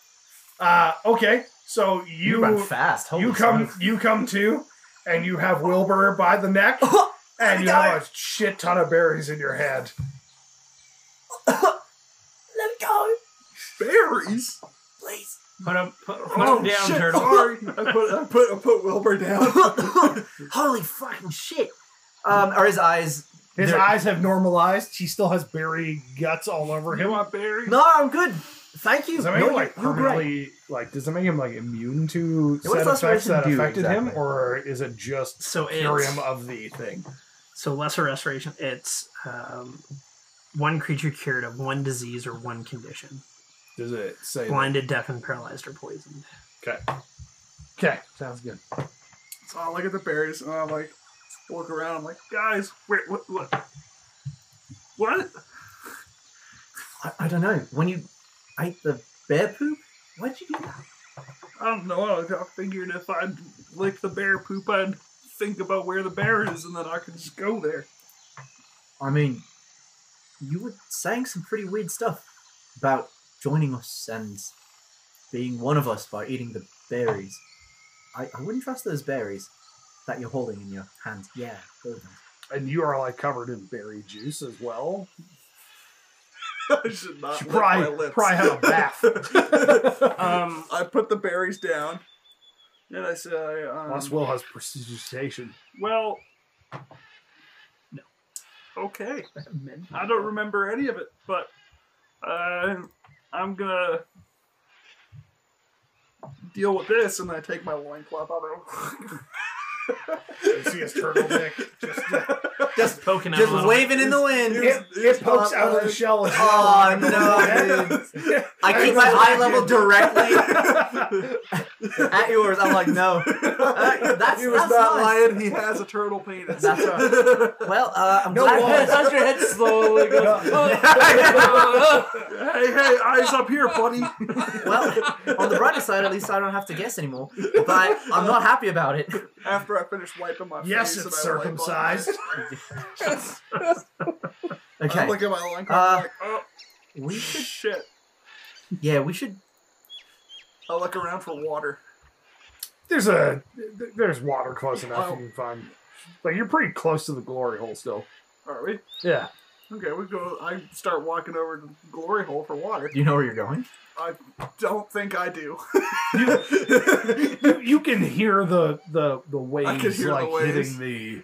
S1: Uh okay. So
S4: You
S1: you
S4: run fast. Holy
S1: you come you come to and you have Wilbur by the
S4: (laughs) Oh
S1: neck (laughs)
S4: son.
S1: and you have a shit ton of berries in your hand.
S3: berries.
S4: (laughs)
S5: Put him, put, put
S3: Oh,
S5: him down,
S3: shit,
S5: turtle.
S3: Sorry, I put I put I put Wilbur
S1: (laughs)
S3: down.
S4: (laughs) Holy fucking shit! Um, are his eyes?
S1: His
S4: They're-
S1: eyes have normalized. He still has berry guts all over him.
S3: want berries?
S4: No, I'm good. Thank you.
S1: Does that
S4: No,
S1: make him
S4: you're-
S1: like
S4: you're great.
S1: permanently like? Does that make him like immune to
S4: Yeah, what's
S1: side
S4: lesser
S1: effects that
S4: restoration do
S1: affected him,
S4: exactly?
S1: or is it just
S5: So it's
S1: curium of the thing?
S5: so lesser restoration. It's um, one creature cured of one disease or one condition:
S1: Does it say?
S5: blinded, deafened, paralyzed, or poisoned.
S1: Okay. Okay, sounds good.
S3: So I look at the berries and I'm like, look around. I'm like, guys, wait, what? What? What?
S4: I, I don't know. When you ate the bear poop, why'd you do that?
S3: I don't know. I I figured if I'd lick the bear poop, I'd think about where the bear is, and then I could just go there. (laughs)
S4: I mean, you were saying some pretty weird stuff about joining us and being one of us by eating the berries. I, I wouldn't trust those berries that you're holding in your hand. Yeah, those ones.
S1: And you are like covered in berry juice as well.
S3: I should not
S1: You
S3: lick my
S1: probably
S3: lips.
S1: probably had a bath.
S3: (laughs)
S5: Um,
S3: I put the berries down, and I say, um,
S1: Unless Will has prestidigitation.
S3: well, no. Okay. I don't remember any of it, but uh, I'm gonna deal with this, and I take my loincloth out.
S1: You see his turtle (laughs) dick just
S4: Just,
S5: Poking out a
S4: just
S5: little
S4: waving in the wind.
S1: it, it pokes out of the shell. as well.
S4: (laughs)
S1: (laughs)
S4: Oh, no, I keep my eye level directly
S1: (laughs)
S4: at yours. I'm like, no. Uh, that's
S3: he was
S4: that's
S3: not
S4: nice.
S3: lying. He has a turtle penis.
S4: That's Well, uh, I'm
S1: No
S4: glad.
S1: walls.
S2: Touch your head slowly. Goes,
S3: hey, hey, eyes up here, (laughs) buddy.
S4: Well, on the brighter side, at least I don't have to guess anymore. But I'm not happy about it.
S3: (laughs) After I finish wiping my
S1: Yes,
S3: face,
S1: it's
S3: and I wipe off my- (laughs)
S1: circumcised.
S3: I
S4: Okay.
S3: look at my loincloth. I'm
S4: Uh,
S3: like, oh
S4: We should.
S3: shit!
S4: Yeah, we should.
S3: I look around for water.
S1: There's a th- there's water close enough
S3: Oh.
S1: you can find. Like you're pretty close to the glory hole
S3: (laughs)
S1: still.
S3: Are we?
S1: Yeah.
S3: Okay, we go. I start walking over to glory hole for water.
S4: Do you know where you're going?
S3: I don't think I
S1: (laughs)
S3: do.
S1: You, you can hear the the the
S3: I
S1: waves
S3: can hear the
S1: like
S3: waves.
S1: hitting the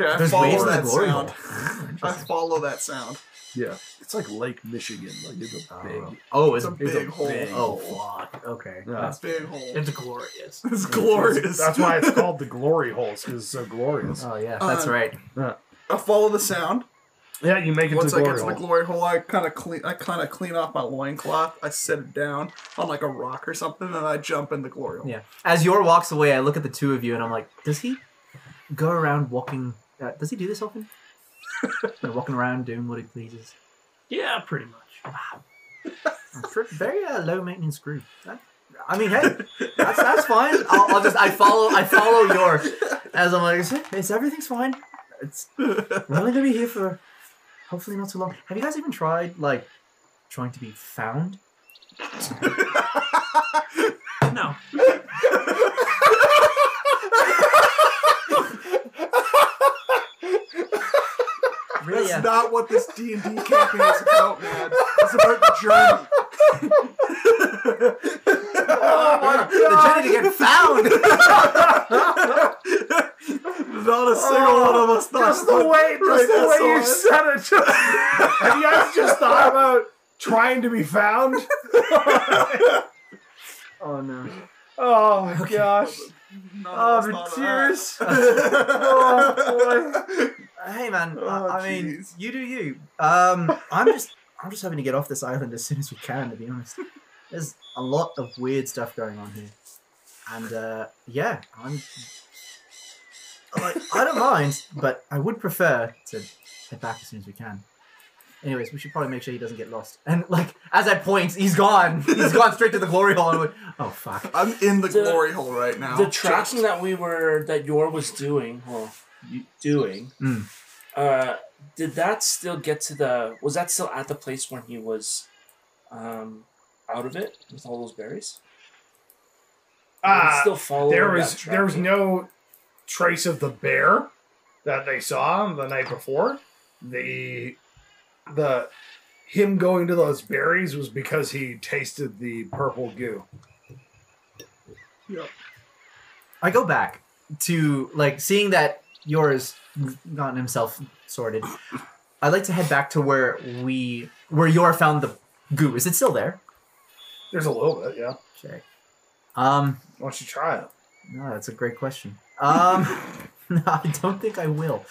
S3: Okay, I
S4: There's
S3: follow
S4: waves in the
S3: that
S4: glory
S3: sound.
S4: hole.
S3: I follow that sound.
S1: yeah. It's like Lake Michigan. Like it's a big.
S4: Oh, oh, it's,
S3: It's a
S4: it's
S3: big hole.
S4: big- Oh fuck. Okay.
S1: Yeah.
S4: That's-
S3: Big hole.
S5: It's glorious.
S3: It's glorious.
S1: That's why
S3: (laughs)
S1: it's called the glory holes because it's so glorious.
S4: oh yeah, that's
S3: Um,
S4: right.
S3: I follow the sound.
S1: Yeah, you make it
S3: Once
S1: to the
S3: I
S1: glory
S3: get to the
S1: hole. (laughs)
S3: glory hole, I kind of clean. I kind of clean off my loincloth. I set it down on like a rock or something, and I jump in the glory hole.
S4: Yeah. As Yor walks away, I look at the two of you and I'm like, does he go around walking? Uh, does he do this
S3: (laughs)
S4: often? You know, walking around doing what he pleases.
S5: Yeah, pretty much.
S4: Fr- Very uh, low maintenance group. That- I mean, hey, that's, that's fine. I'll, I'll just I follow I follow your as I'm like, "It's- it's everything's fine. It's we're only gonna be here for hopefully not too long. Have you guys even tried like trying to be found?
S5: No,
S4: Really?
S3: (laughs) That's
S4: yeah.
S3: not what this D and D campaign is about, man. It's about the journey.
S1: Oh
S4: the journey
S3: (laughs) Oh
S4: to get found.
S3: Not a single one of us thought.
S1: Just the way, just the way you said it. Just, (laughs) have you guys just thought about trying to be found?
S4: oh no.
S1: Oh my gosh! Oh, the
S3: (laughs)
S1: tears. Oh,
S4: Hey man,
S3: Oh,
S4: I, I mean,
S3: jeez.
S4: you do you. Um, I'm just, I'm just hoping to get off this island as soon as we can. To be honest, there's a lot of weird stuff going on here, and uh, yeah, I'm. Like, I don't mind, but I would prefer to head back as soon as we can. Anyways, we should probably make sure he doesn't get lost. And like, as I point, he's gone. He's gone straight to the glory hole. And I'm like, oh fuck.
S3: I'm in the
S2: The-
S3: glory hole right now.
S2: the tracking that we were that Yor was doing, well, you- doing,
S1: Hmm.
S4: Mm.
S2: uh, did that still get to the? Was that still at the place when he was, um, out of it with all those berries? Was it
S1: Ah,
S2: still following.
S1: there
S2: that
S1: was there was
S2: tracking?
S1: no trace of the bear that they saw the night before. The the him going to those berries was because he tasted the purple goo.
S4: I go back to like seeing that yours gotten himself sorted. I'd like to head back to where we where Yor found the goo. Is it still there?
S1: There's a little bit, yeah.
S4: Check. Um,
S1: Why don't you try it?
S4: no, that's a great question. Um, (laughs) no, I don't think I will.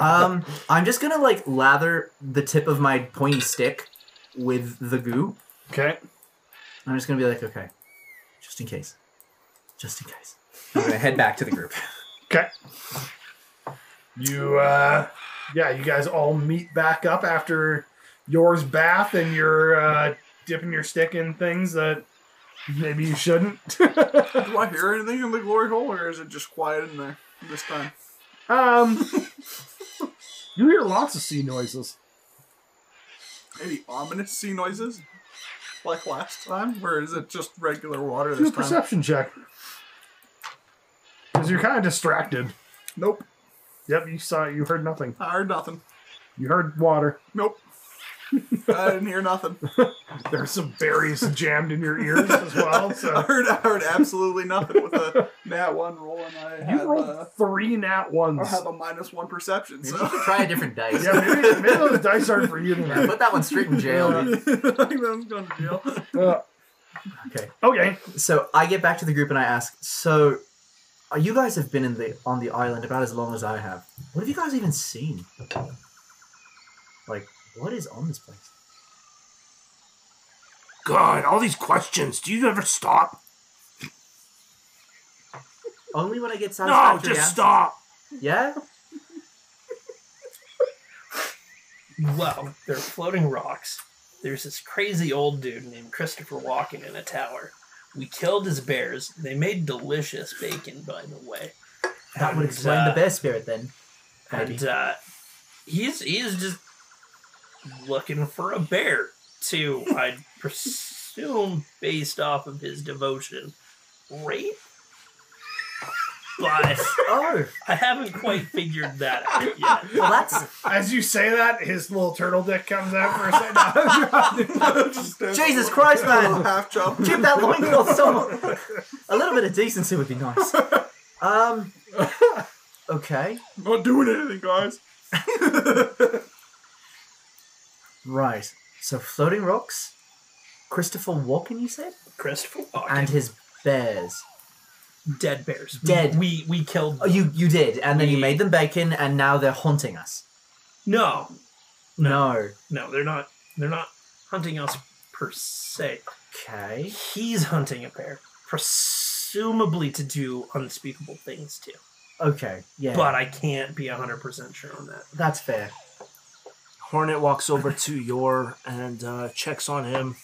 S4: Um, I'm just gonna like lather the tip of my pointy stick with the goo.
S1: Okay.
S4: I'm just gonna be like, okay, just in case, just in case. I'm gonna head back to the group.
S1: Okay. You, uh, yeah, you guys all meet back up after yours bath and you're uh, dipping your stick in things that maybe you shouldn't.
S3: Do I hear anything in the glory hole, or is it just quiet in there this time?
S1: um, (laughs) you hear lots of sea noises.
S3: Any ominous sea noises, like last time, or is it just regular water
S1: Do a
S3: this time?
S1: perception check. Because you're kind of distracted.
S3: Nope,
S1: Yep, you saw, you heard nothing.
S3: I heard nothing.
S1: You heard water.
S3: (laughs) Nope, I didn't hear nothing.
S1: There's some berries jammed in your ears as well.
S3: (laughs) I
S1: (laughs) So
S3: heard, I heard absolutely nothing with (laughs) a nat one roll, and I
S1: you
S3: have,
S1: rolled
S3: a,
S1: three nat ones.
S3: I have a minus one perception.
S4: Maybe
S3: So
S4: you should try a different (laughs) dice.
S1: Yeah, maybe, maybe those dice aren't for you
S4: Yeah,
S1: tonight.
S4: put that one straight in jail.
S3: (laughs) I
S4: dude.
S3: think that's going to (laughs) jail.
S1: (laughs) Uh,
S4: Okay.
S1: okay.
S4: So I get back to the group and I ask, so uh, you guys have been in the on the island about as long as I have. What have you guys even seen? Like, what is on this place?
S2: God, all these questions. Do you ever stop?
S4: Only when I get
S2: No,
S4: satisfactory
S2: just
S4: answers.
S2: stop.
S4: Yeah?
S5: Well, they're floating rocks. There's this crazy old dude named Christopher Walken in a tower. We killed his bears. They made delicious bacon, by the way.
S4: That would
S5: And,
S4: explain
S5: uh,
S4: the bear spirit then. Maybe.
S5: And uh, he's he's just looking for a bear to,
S4: (laughs)
S5: I presume, based off of his devotion, rape. But
S4: (laughs) oh,
S5: I haven't quite figured that out yet.
S4: (laughs) well that's
S1: As you say that, his little turtle dick comes out for a
S2: (laughs)
S1: second. (laughs)
S4: Jesus Christ, man!
S3: Half chop.
S4: Give that loincloth some a little bit of decency would be nice. Um Okay.
S3: Not doing anything, (laughs) guys.
S4: Right. So floating rocks, Christopher Walken you said?
S5: Christopher Walken,
S4: And his bears.
S5: dead bears.
S4: Dead.
S5: We we killed.
S4: Oh, you you did, and then you
S5: We-
S4: made them bacon, and now they're haunting us.
S5: No,
S4: No.
S5: no, they're not. They're not hunting us per se.
S4: Okay.
S5: He's hunting a bear, presumably to do unspeakable things to.
S4: Okay. Yeah.
S5: But I can't be hundred percent sure on that.
S4: that's fair.
S2: Hornet walks over to Yor and uh, checks on him.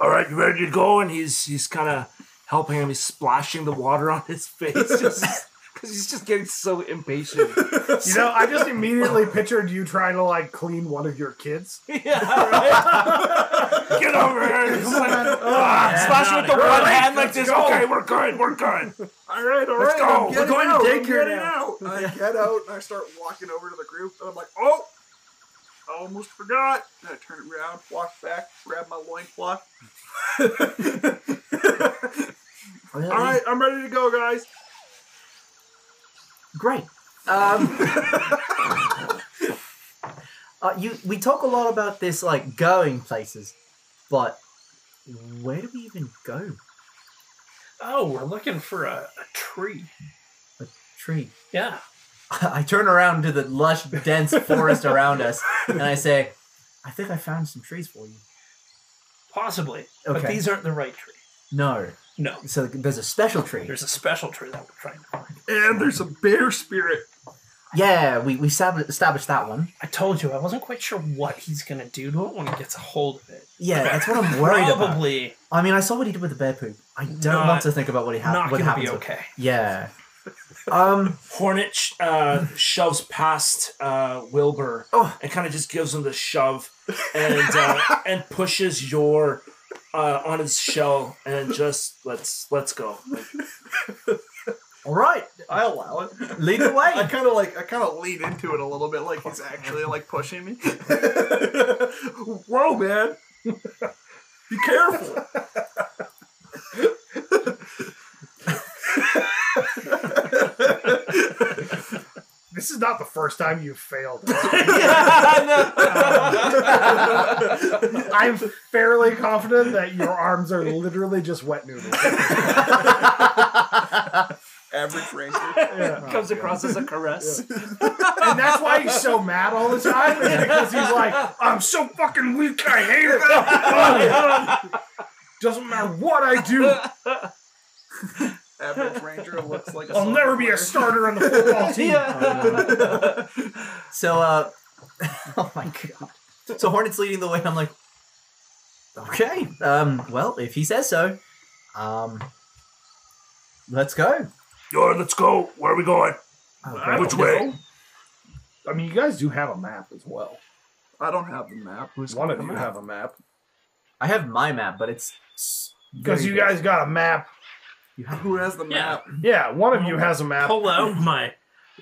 S2: All right, you ready to go? And he's he's kind of helping him. He's splashing the water on his face (laughs) just because he's just getting so impatient.
S1: you know, I just immediately pictured you trying to like clean one of your kids.
S2: yeah, right? (laughs) Get over here! He's like,
S1: (laughs)
S2: ah,
S4: yeah,
S2: splash with the
S1: it.
S2: one
S1: Alright,
S2: hand like
S1: let's
S2: this.
S1: go.
S2: Okay, we're good. We're good.
S3: All right, all
S2: Let's
S3: right,
S2: go.
S3: I'm
S2: We're
S3: getting
S1: going to
S3: out, I'm
S1: daycare
S3: getting
S1: now.
S3: out. I get out and I start walking over to the group, and I'm like, oh, I almost forgot. And I turn it around, walk back, grab my (laughs) loincloth.
S4: Really?
S3: all right, I'm ready to go, guys.
S4: Great.
S3: (laughs)
S4: Um, (laughs) uh, you we talk a lot about this like going places, but where do we even go?
S5: Oh, we're looking for a, a tree.
S4: Tree. (laughs)
S5: Yeah.
S4: I turn around to the
S5: (laughs)
S4: lush, dense forest around us, and I say, "I think I found some trees for you."
S5: Possibly. But
S4: Okay.
S5: these aren't the right tree.
S4: No.
S5: No.
S4: So there's a special tree.
S5: There's a special tree that we're trying to find.
S3: And there's a bear spirit.
S4: Yeah, we we stab- established that one.
S5: I told you I wasn't quite sure what he's gonna do to it when he gets a hold of it.
S4: Yeah, that's what I'm worried about.
S5: Probably
S4: I mean, I saw what he did with the bear poop. I don't
S5: Not-
S4: want to think about what he ha-
S5: not
S4: what
S5: gonna
S4: happens.
S5: be
S4: with-
S5: okay.
S4: Yeah. Um.
S2: Hornet sh- uh, shoves past uh, Wilbur
S4: Oh.
S2: and kind of just gives him the shove and (laughs) uh, and pushes your uh, on his shell and just let's let's go. Like,
S4: All right.
S3: I allow it.
S4: Lead the way.
S5: (laughs)
S3: I kind of like I kind of lean into it a little bit, like he's actually like pushing me. (laughs) Whoa, man! Be careful. (laughs)
S1: This is not the first time you've failed. I'm fairly confident that your arms are literally just wet noodles.
S3: Average ranger.
S2: (laughs) Comes across as a caress.
S1: Oh, And that's why he's so mad all the time. is because he's like, I'm so fucking weak, I hate it.
S4: (laughs)
S1: Doesn't matter what I do,
S3: Average ranger looks like a
S1: I'll never be a starter on the football
S4: (laughs)
S1: team.
S4: So, uh, (laughs) oh my god. So Hornet's leading the way, and I'm like, okay, um, well, if he says so, um, let's go. Oh,
S2: Yo, let's go. Where are we going?
S4: Okay.
S2: Which way?
S1: I mean, you guys do have a map as well.
S3: I don't have the map. Who's
S1: One of you have a map.
S4: I have my map, but it's
S1: Because you guys got a map.
S3: Who has the
S5: Yeah.
S3: map?
S1: Yeah, one of you has a map.
S5: Pull
S4: (laughs)
S5: out my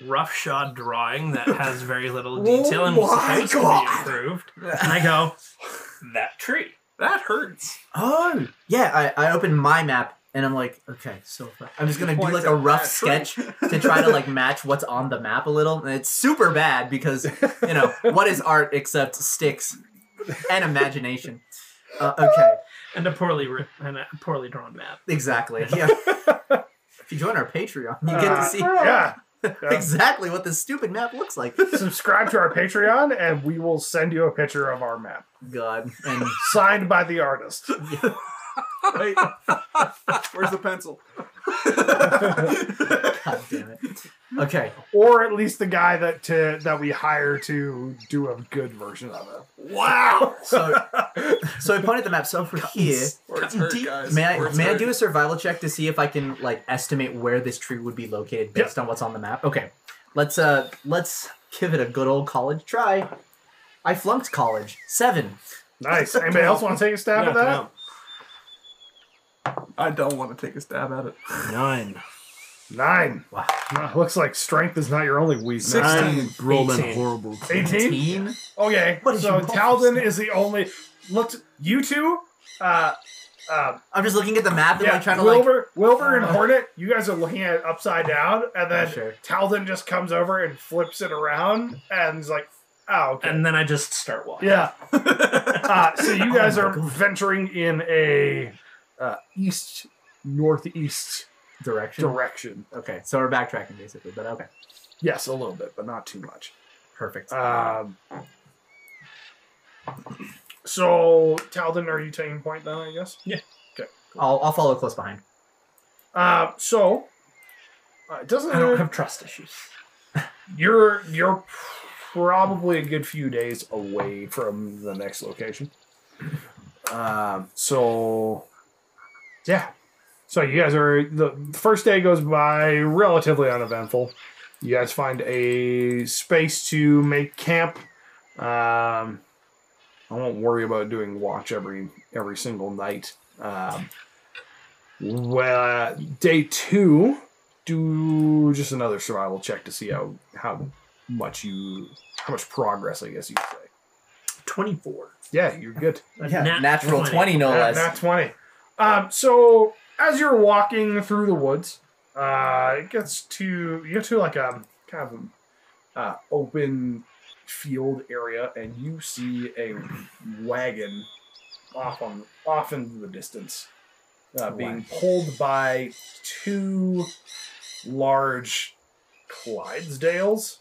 S5: roughshod drawing that has very little detail and was
S3: Oh my
S5: supposed to be
S3: God.
S5: improved, and I go, that tree.
S3: (laughs) That hurts.
S4: Oh, yeah. I, I open my map and I'm like, okay, so I'm just gonna do
S3: Points
S4: like a
S3: at
S4: rough
S3: that tree.
S4: sketch
S3: (laughs)
S4: to try to like match what's on the map a little, and it's super bad because you know what is art except sticks and imagination. Uh, okay,
S5: And a poorly writ- and a poorly drawn map.
S4: exactly. Yeah. If you join our Patreon, you get to
S1: Uh,
S4: see
S1: Yeah. Uh,
S4: exactly what this stupid map looks like.
S1: Subscribe to our Patreon and we will send you a picture of our map.
S4: God, and (laughs)
S1: Signed by the artist.
S3: Wait. Where's the pencil?
S4: God damn it. Okay,
S1: Or at least the guy that to, that we hire to do a good version of it.
S3: Wow.
S4: so so I pointed the map. So for here.
S3: Or it's hurt,
S4: Do you-
S3: guys.
S4: May I
S3: Or it's
S4: may I
S3: hurt.
S4: do a survival check to see if I can like estimate where this tree would be located based on what's on the map? Okay, let's uh let's give it a good old college try. I flunked college seven.
S1: Nice. Anybody else want to take a stab at that?
S3: I don't want to take a stab at it.
S2: Nine.
S1: Nine.
S4: Wow.
S1: Nah, looks like strength is not your only weakness.
S3: Six.
S2: I'm
S3: (laughs)
S2: rolling
S5: Eighteen.
S2: horrible.
S1: Eighteen.
S4: Teen?
S1: Okay.
S4: What is your
S1: so
S4: roll?
S1: Talden is the only. Looked. You two. Uh. Uh,
S4: I'm just looking at the map and
S1: yeah,
S4: like trying to like.
S1: Wilbur, Wilbur and
S4: Uh.
S1: Hornet, you guys are looking at it upside down, and then
S4: Sure.
S1: Talden just comes over and flips it around, and he's like, "Oh, okay.
S5: And then I just start walking.
S1: yeah." uh, so
S5: Oh,
S1: you guys
S4: my
S1: are venturing in a uh, east northeast
S4: Direction.
S1: direction.
S4: okay, so we're backtracking basically, but okay,
S1: Yes, a little bit, but not too much.
S4: perfect.
S1: Um, so, Talden, are you taking point then, I guess?
S4: I'll I'll follow close behind.
S1: Uh, so, uh, it doesn't
S5: I don't have trust issues.
S1: you're, you're probably a good few days away from the next location. Um, so, yeah. So, you guys are, the first day goes by relatively uneventful. You guys find a space to make camp. Um, I won't worry about doing watch every every single night. Um, well, uh, day two, do just another survival check to see how how much you how much progress I guess you could say.
S5: Twenty-four.
S1: Yeah, you're good.
S5: A
S4: Yeah,
S5: nat
S4: natural 20, no
S1: Yeah,
S4: less.
S1: nat twenty. Um, so as you're walking through the woods, uh, it gets to you get to like a kind of a, uh, open field area, and you see a wagon off on off into the distance, uh, being pulled by two large Clydesdales.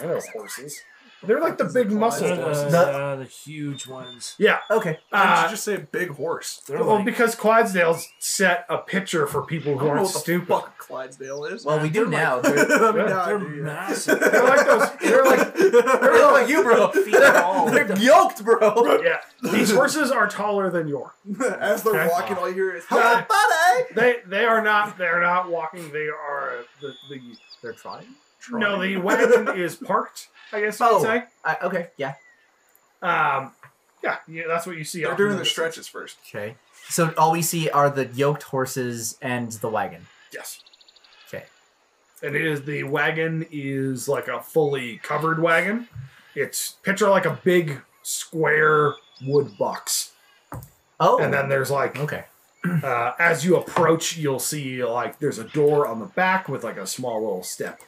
S1: I know horses. They're like the big muscle horses.
S2: The, uh, the huge ones.
S1: Yeah,
S4: okay,
S3: Why did
S1: uh,
S3: you just say a big horse?
S2: They're
S1: well,
S2: like,
S1: because Clydesdales set a picture for people
S3: I
S1: who
S3: don't know
S1: aren't
S3: what the
S1: stupid.
S3: fuck Clydesdale is.
S4: well
S3: (laughs)
S4: we do
S1: (laughs)
S4: now.
S3: I
S4: They're,
S3: mean,
S1: Yeah,
S3: now I
S2: they're
S3: do, yeah.
S2: massive.
S1: They're like those. They're like
S4: they're not like you, bro.
S2: Feet
S4: (laughs)
S2: tall.
S4: They're, they're yoked, bro.
S1: yeah. (laughs) These horses are taller than yours.
S3: As they're walking, all you hear is
S4: Hello, buddy.
S1: They they are not. They are not walking. They are the the.
S4: They're trying.
S1: No, (laughs) the wagon is parked. I guess you
S4: Oh.
S1: would say.
S4: I, okay, yeah.
S1: Um, yeah, yeah, that's what you see.
S3: They're
S1: off
S3: doing
S1: in
S3: the
S1: distance.
S3: stretches first.
S4: Okay. So all we see are the yoked horses and the wagon.
S1: Yes.
S4: Okay.
S1: and it is the wagon is like a fully covered wagon. It's picture like a big square wood box,
S4: Oh.
S1: and then there's like
S4: okay.
S1: uh, as you approach, you'll see like there's a door on the back with like a small little step.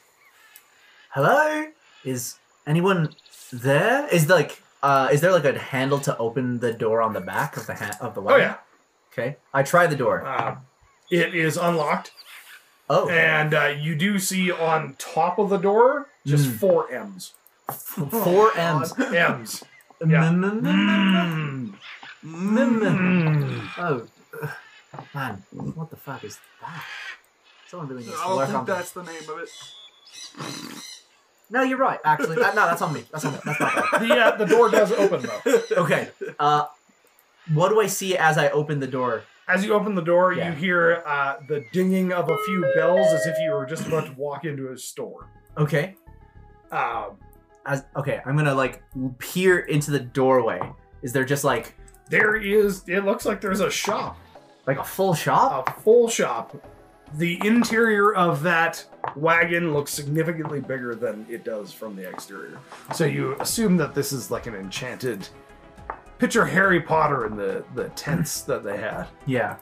S4: Hello? Is anyone there? Is like uh is there like a handle to open the door on the back of the ha- of the
S1: Oh
S4: wagon?
S1: yeah,
S4: Okay. I try the door.
S1: uh, it is unlocked,
S4: Oh.
S1: and uh, you do see on top of the door just
S4: Mm.
S1: four M's.
S3: Oh,
S4: Four M's. mm,
S1: M's. (laughs) Yeah.
S4: Mm-mm-mm-mm-mm.
S1: Mm.
S4: Mm-mm.
S1: Mm.
S4: Oh. Man, what the fuck is that? Someone really needs
S3: I
S4: to
S3: don't
S4: work on
S3: think
S4: that.
S3: that's the name of it.
S4: No, you're right. Actually, that, no, that's on me. That's on me. That's not bad.
S1: The uh, the door does open though.
S4: Okay. Uh, what do I see as I open the door?
S1: As you open the door,
S4: Yeah.
S1: you hear uh, the dinging of a few bells as if you were just about to walk into a store.
S4: Okay.
S1: Um,
S4: As okay, I'm gonna like peer into the doorway. Is there just like
S1: there is. It looks like there's a shop.
S4: like a full shop?
S1: a full shop. The interior of that wagon looks significantly bigger than it does from the exterior. So you assume that this is like an enchanted picture Harry Potter in the, the tents that they had.
S4: Yeah.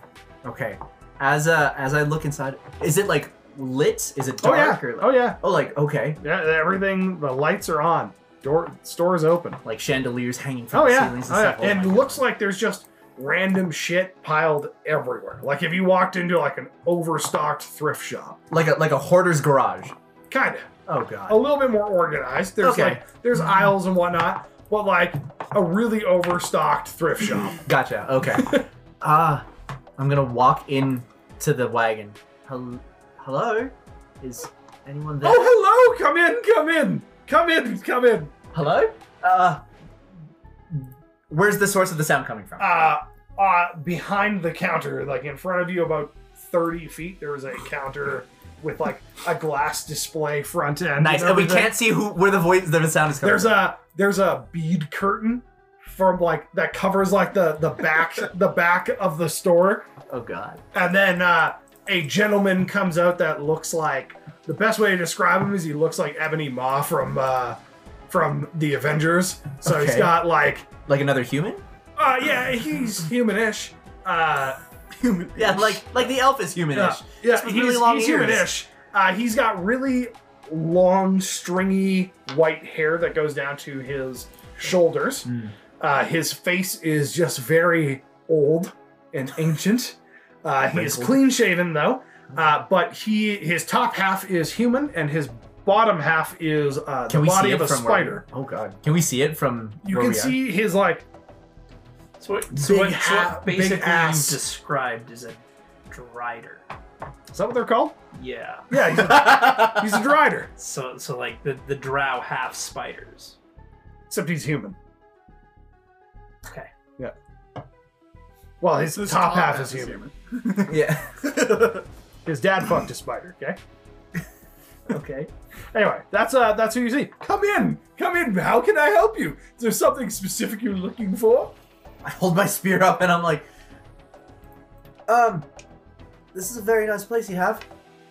S4: Okay. As uh as I look inside, is it like lit? Is it
S1: Oh yeah.
S4: dark or like,
S1: Oh yeah.
S4: oh like okay
S1: Yeah, everything the lights are on. Door store is open.
S4: like chandeliers hanging from
S1: Oh
S4: the
S1: yeah.
S4: ceilings and
S1: Oh, yeah.
S4: stuff.
S1: And
S4: my
S1: looks
S4: God.
S1: like there's just random shit piled everywhere. Like if you walked into like an overstocked thrift shop.
S4: like a like a hoarder's garage.
S1: Kinda.
S4: Oh god.
S1: a little bit more organized. There's
S4: Okay.
S1: like there's aisles and whatnot, but like a really overstocked thrift (laughs) shop.
S4: Gotcha. Okay.
S1: (laughs)
S4: Ah, I'm gonna walk in to the wagon. Hel- Hello, is anyone there?
S1: oh hello! Come in, come in, come in, come in.
S4: Hello? Uh, where's the source of the sound coming from?
S1: Uh, uh, behind the counter, like in front of you, about thirty feet, there is a counter with like a glass display front end.
S4: nice. And we
S1: everything.
S4: can't see who where the voice the sound is coming.
S1: There's
S4: from.
S1: a there's a bead curtain from like that covers like the the (laughs) back the back of the store.
S4: Oh god.
S1: And then uh, a gentleman comes out that looks like the best way to describe him is he looks like Ebony Maw from uh, from the Avengers. So he's
S4: Okay.
S1: got like,
S4: Like another human?
S1: uh, yeah, he's humanish. Uh,
S3: Human.
S4: Yeah, like like the elf is humanish.
S1: yeah, yeah,
S4: Just with
S1: he's,
S4: really long
S1: he's
S4: ears.
S1: humanish. Uh, he's got really long, stringy white hair that goes down to his shoulders.
S4: Mm.
S1: Uh, his face is just very old and ancient. Uh, he is
S4: Wrinkled.
S1: clean shaven though,
S4: Hmm.
S1: uh, but he his top half is human and his bottom half is uh, the
S4: Can we
S1: body
S4: see
S1: of
S4: it
S1: a
S4: from where we-
S1: spider.
S4: oh god. Can we see it from
S1: You
S4: where
S1: can
S4: we are?
S1: see his like
S5: So what, so
S1: Big
S5: what, so
S1: ha-
S5: what
S1: big
S5: basically you've
S1: ass.
S5: described is a drider.
S1: is that what they're called?
S5: Yeah.
S1: Yeah, he's a, he's
S4: (laughs)
S1: a drider,
S5: So so like the the drow half spiders.
S1: except he's human.
S5: Okay.
S1: Well, his
S3: His
S1: top, half, is human.
S4: Yeah. (laughs)
S1: His dad fucked a spider. (laughs) Okay.
S5: Okay.
S1: Anyway, that's uh that's who you see. Come in, come in. How can I help you? Is there something specific you're looking for?
S4: I hold my spear up and I'm like, um, this is a very nice place you have.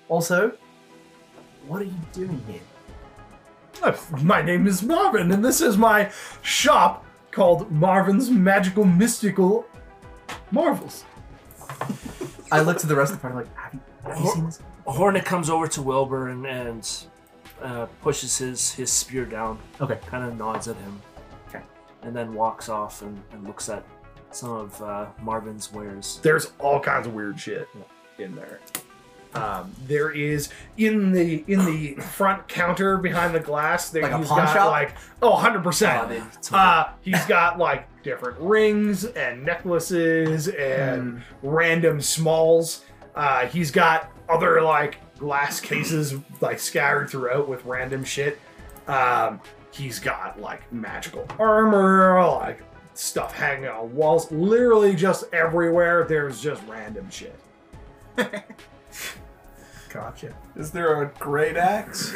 S4: Also, what are you doing here?
S1: Uh, My name is Marvin, and this is my shop called Marvin's Magical Mystical Marvels.
S4: I look to the rest of the party like, have you, have you seen this?
S2: Hornet comes over to Wilbur and, and uh, pushes his, his spear down.
S4: Okay.
S2: Kind of nods at him.
S4: Okay.
S2: And then walks off and, and looks at some of uh, Marvin's wares.
S1: There's all kinds of weird shit in there. Um, there is in the in the front counter behind the glass. There
S4: Like a
S1: he's
S4: pawn
S1: got
S4: shop?
S1: like oh 100
S2: Uh,
S1: percent.
S2: it's-
S1: Uh, he's got like different rings and necklaces and random smalls. Uh, he's got other like glass cases like scattered throughout with random shit. Um, he's got like magical armor, like stuff hanging on walls. Literally just everywhere. There's just random shit.
S4: Gotcha.
S3: Is there a great axe?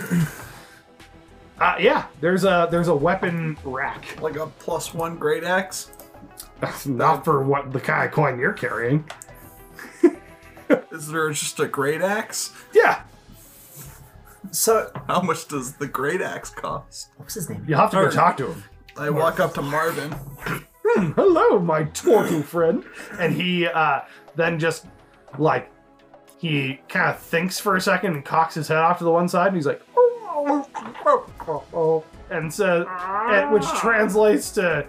S1: Uh, yeah, there's a there's a weapon rack.
S3: Like a plus one great axe?
S1: Not for what the kind of coin you're carrying.
S3: Is there just a great axe?
S1: Yeah.
S4: So
S3: How much does the great axe cost?
S4: what's his name?
S1: (laughs) You'll have to go
S3: Alright.
S1: talk to him.
S3: I walk up to Marvin.
S1: "Hmm, hello, my tortu friend. And he uh, then just like he kind of thinks for a second and cocks his head off to the one side, and he's like, oh, oh, oh, oh, oh," and says, and- which translates to,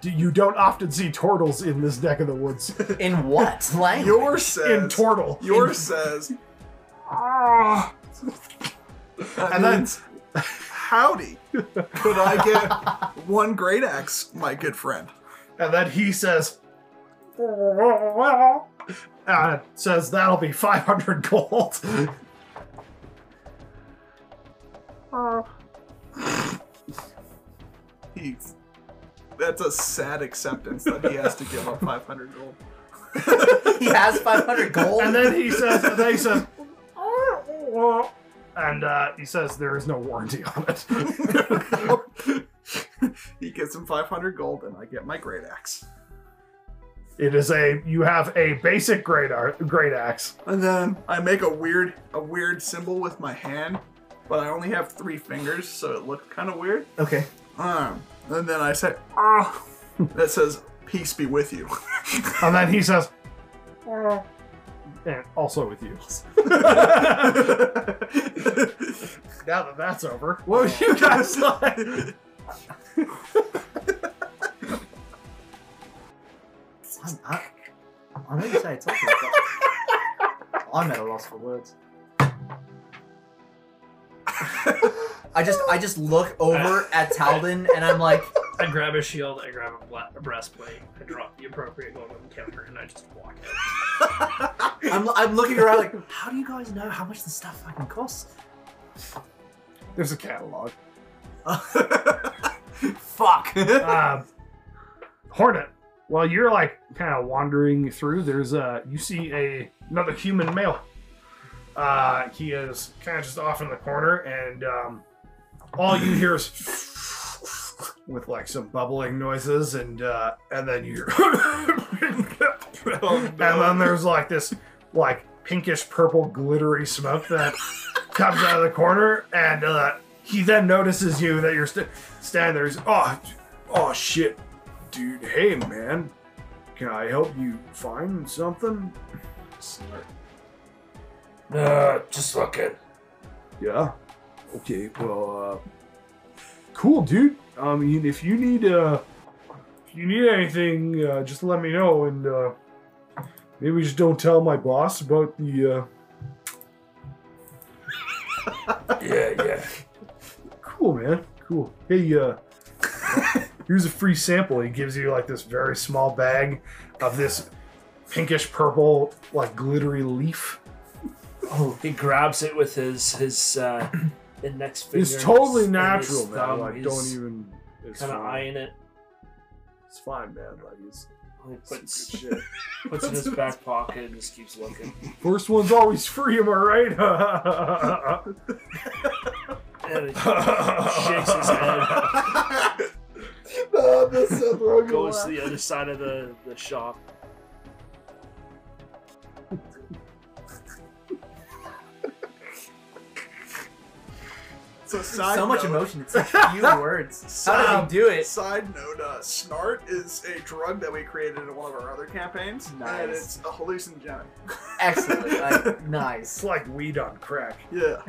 S1: "D- you don't often see turtles in this neck of the woods.
S4: In what language?
S3: Your says.
S1: in turtle,
S3: Your says.
S1: Ah.
S3: (laughs) That
S1: and then
S3: means, howdy. Could I get one great axe, my good friend?
S1: and then he says, uh, says that'll be five hundred gold.
S3: He's. That's a sad acceptance that he has to give up 500 gold. (laughs)
S4: he has 500 gold.
S1: And then he says, and then he says, and uh, he says there is no warranty on it.
S3: (laughs) he gets him 500 gold, and I get my great axe.
S1: It is a you have a basic great ar- great axe.
S3: And then I make a weird a weird symbol with my hand, but I only have three fingers, so it looked kind of weird.
S4: okay.
S3: Um, and then I say, ah, that says peace be with you. (laughs)
S1: And then he says, and also with you. Now that that's over, what would you
S4: (laughs)
S1: guys like?
S4: I'm, I, I know you say it's okay, but I'm at a loss for words. I just I just look over at Talden and I'm like,
S5: I grab a shield, I grab a, bla- a breastplate, I drop the appropriate golden counter, and I just walk out.
S4: I'm, I'm looking around like, how do you guys know how much this stuff fucking costs?
S1: There's a catalog.
S4: Fuck.
S1: Um, Hornet. While you're like kind of wandering through, there's uh you see a another human male. Uh, he is kind of just off in the corner, and um, all you hear is (laughs) with like some bubbling noises, and uh, and then you hear, (laughs) and then there's like this like pinkish purple glittery smoke that comes out of the corner, and uh, he then notices you that you're st- standing there. He's oh, oh shit, dude. Hey man, can I help you find something? Snark.
S2: Uh, just looking.
S1: Yeah. Okay. Well. Uh, cool, dude. I mean, if you need uh, if you need anything, uh, just let me know, and uh, maybe just don't tell my boss about the. Uh,
S2: Yeah, yeah.
S1: (laughs) cool, man. Cool. Hey, uh, here's a free sample. He gives you like this very small bag of this pinkish purple, like glittery leaf.
S2: Oh, he grabs it with his his uh, index finger.
S1: It's totally
S2: and his
S1: natural, man.
S2: thumb.
S1: like,
S2: He's
S1: don't even. It's
S2: kind of
S1: fine.
S2: eyeing it.
S1: It's fine, man. Like, it's,
S2: He
S1: it's
S2: puts
S1: good shit.
S2: (laughs) puts
S1: (laughs)
S2: it in his back pocket and just keeps looking.
S1: First one's always free, am I (laughs) right?
S2: And he shakes his head,
S1: (laughs) Oh,
S2: goes to the other side of the, the shop.
S3: so, side
S4: so much
S3: note,
S4: emotion. It's such few words. How did he do it?
S3: Side note: uh, Snart is a drug that we created in one of our other campaigns, and
S4: Nice.
S3: it's a hallucinogenic.
S4: Excellent. Like, nice.
S1: it's like weed on crack.
S4: (laughs)
S3: Yeah.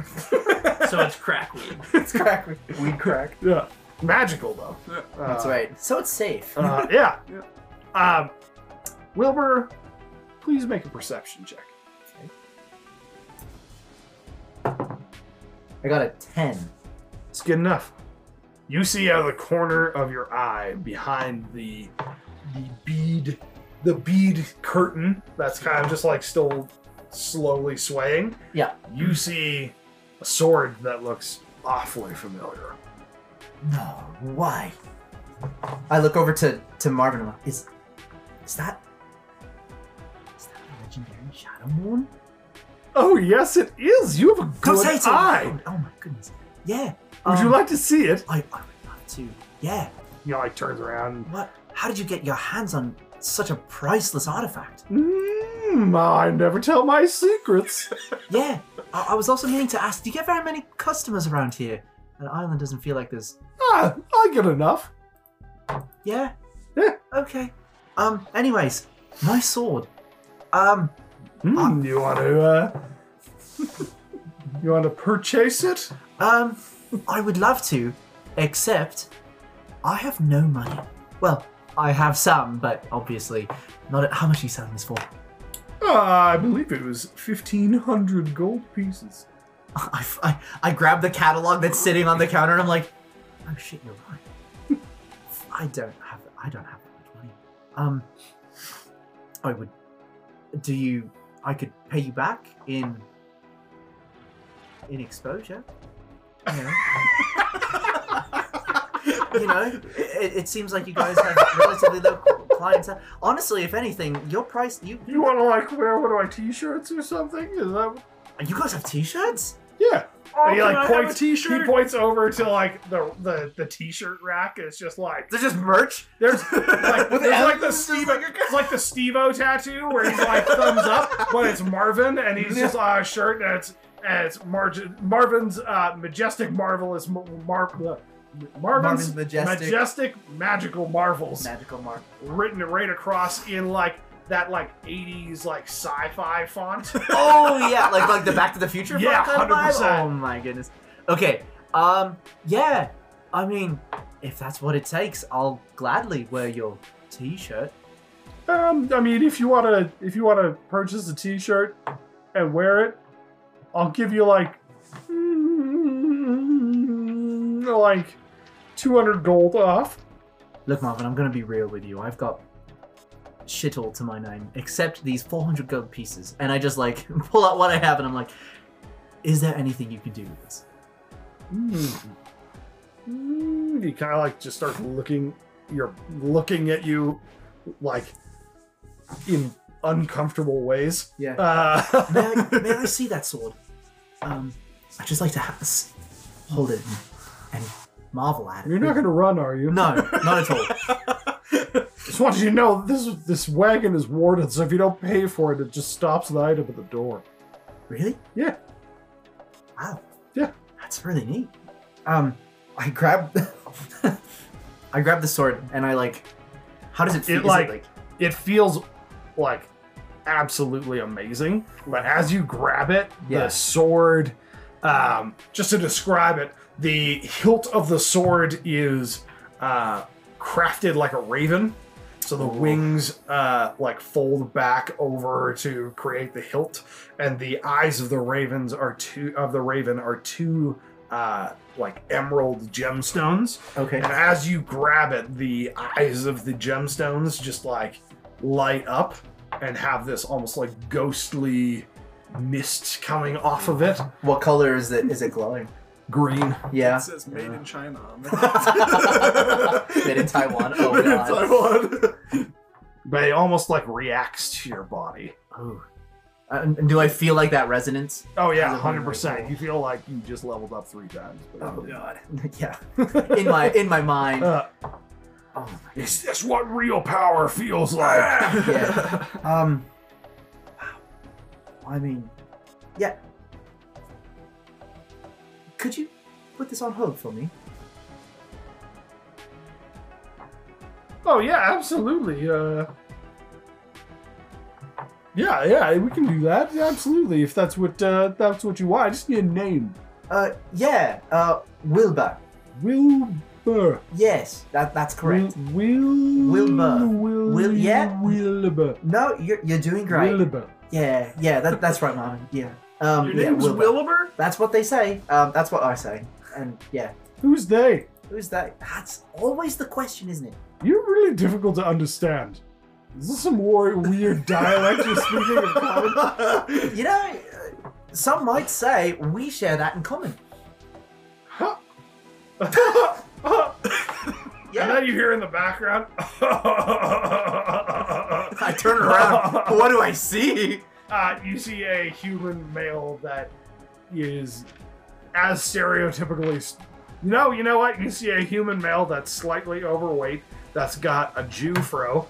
S5: So it's crackweed.
S4: It's crack. Weed crack.
S1: Yeah. Magical, though. Uh,
S4: That's right. So it's safe.
S1: uh, (laughs) yeah. Um, Wilbur, please make a perception check.
S4: I got a 10.
S1: It's good enough. You see out of the corner of your eye, behind the the bead the bead curtain that's kind of just like still slowly swaying.
S4: Yeah.
S1: You see a sword that looks awfully familiar.
S4: No, why? I look over to, to Marvin and I'm like, is is that is that a legendary Shadow Moon?
S1: Oh yes, it is. You have a good
S4: Poseidon!
S1: eye.
S4: Oh, oh my goodness. Yeah.
S1: Would you
S4: um,
S1: like to see it?
S4: I, I would love to. Yeah.
S1: You know, like turns around.
S4: What how did you get your hands on such a priceless artifact?
S1: Mm, Mmm, I never tell my secrets. (laughs)
S4: Yeah. I, I was also meaning to ask, do you get very many customers around here? An island doesn't feel like this.
S7: Ah, I get enough.
S4: Yeah?
S7: Yeah.
S4: Okay. Um, anyways, my sword. Um,
S7: Hmm, you want to, uh, you want to purchase it?
S4: um, I would love to, except I have no money. Well, I have some, but obviously not at how much are you selling this for?
S7: Uh, I believe it was fifteen hundred gold pieces. (laughs)
S4: I, I, I grab the catalog that's sitting on the counter and I'm like, oh shit, you're right. I don't have I don't have that much money. Um, I would. Do you? I could pay you back in in exposure. You know. you (laughs) know, it, it seems like you guys have relatively low clientele. Honestly, if anything, your price you
S7: You want to like wear one of my T-shirts or something? Is that?
S4: you guys have t-shirts.
S7: Yeah.
S2: Oh,
S1: And he like points. He
S7: T-shirt?
S1: points over to like the the, the t-shirt rack, and it's just like
S4: They're just merch.
S1: there's like there's like the Steve it's like the Stevo tattoo where he's like thumbs up, but it's Marvin, and he's just on a shirt and it's and it's Margin, Marvin's uh, majestic marvelous mar- mar- Marvin's,
S4: Marvin's
S1: majestic.
S4: majestic.
S1: magical marvels
S4: Magical mark.
S1: written right across in like that like 80s like sci-fi font.
S4: Oh yeah, like like the Back to the Future
S1: Yeah,
S4: kind of vibe?
S1: 100%.
S4: Oh my goodness. Okay. Um. Yeah. I mean, if that's what it takes, I'll gladly wear your T-shirt.
S7: Um, I mean, if you want to, if you want to purchase a T-shirt and wear it, I'll give you like, mm, like, two hundred gold off.
S4: Look, Marvin, I'm gonna be real with you. I've got shit all to my name except these 400 gold pieces, and I just like (laughs) pull out what I have, and I'm like, is there anything you can do with this?
S7: Mm. Mm, he kind of like just starts looking. You're looking at you, like, in uncomfortable ways.
S4: Yeah.
S7: Uh, (laughs)
S4: May I, may I see that sword? Um, I just like to ha- s- hold it and, and marvel at it.
S7: you're not gonna run, are you?
S4: No, not at all.
S7: Just want you to know this this wagon is warded, so if you don't pay for it, it just stops the item at the door.
S4: Really?
S7: Yeah.
S4: Wow.
S7: Yeah.
S4: That's really neat. Um, I grab, (laughs) I grab the sword and I like. How does it feel? Is
S1: like- it feels like absolutely amazing. But as you grab it,
S4: Yeah.
S1: the sword, um, just to describe it, the hilt of the sword is uh, crafted like a raven. So the wings uh, like fold back over to create the hilt, and the eyes of the ravens are two of the raven are two uh, like emerald gemstones.
S4: okay.
S1: And as you grab it, the eyes of the gemstones just like light up and have this almost like ghostly mist coming off of it.
S4: What color is it? Is it glowing?
S1: Green.
S4: Yeah.
S8: It says made in China on
S4: (laughs)
S8: there.
S4: Made in Taiwan. Oh
S8: Made in
S4: god.
S8: Taiwan.
S1: But it almost like reacts to your body.
S4: Oh. Uh, and do I feel like that resonance?
S1: Oh yeah,
S4: Doesn't mean
S1: hundred percent.
S4: like-
S1: You feel like you just leveled up three times. but- um,
S4: god. Oh, (laughs) yeah. In my in my mind.
S1: Uh,
S4: oh my
S1: is this what real power feels like? (laughs)
S4: (laughs) Yeah. Um. I mean, yeah. Could you put this on hold for me?
S7: Oh yeah, absolutely. Uh, yeah, yeah, we can do that. Absolutely, if that's what uh, that's what you want. I just need a name.
S4: Uh, yeah. Uh, Wilbur.
S7: Wilbur.
S4: Yes, that that's correct.
S7: Wil, Wil,
S4: Wilbur.
S7: Wil,
S4: Wil- yeah?
S7: Wilbur.
S4: No, you're you're doing great.
S7: Wilbur.
S4: Yeah, yeah. That, that's right, Marvin. Yeah. Um,
S8: Your
S4: yeah,
S8: name's
S4: Wilbur.
S8: Wilbur?
S4: That's what they say. Um, that's what I say. And yeah,
S7: Who's they?
S4: who's that? That's always the question, isn't it?
S7: You're really difficult to understand. Is this some war- weird (laughs) dialect you're speaking of (laughs) common?
S4: You know, uh, some might say we share that in common.
S1: And
S4: Yeah.
S1: then you hear in the background. (laughs)
S4: I turn
S8: (laughs)
S4: around. what do I see?
S1: uh, you see a human male that is as stereotypically. s- No, you know what? You see a human male that's slightly overweight, that's got a Jew fro,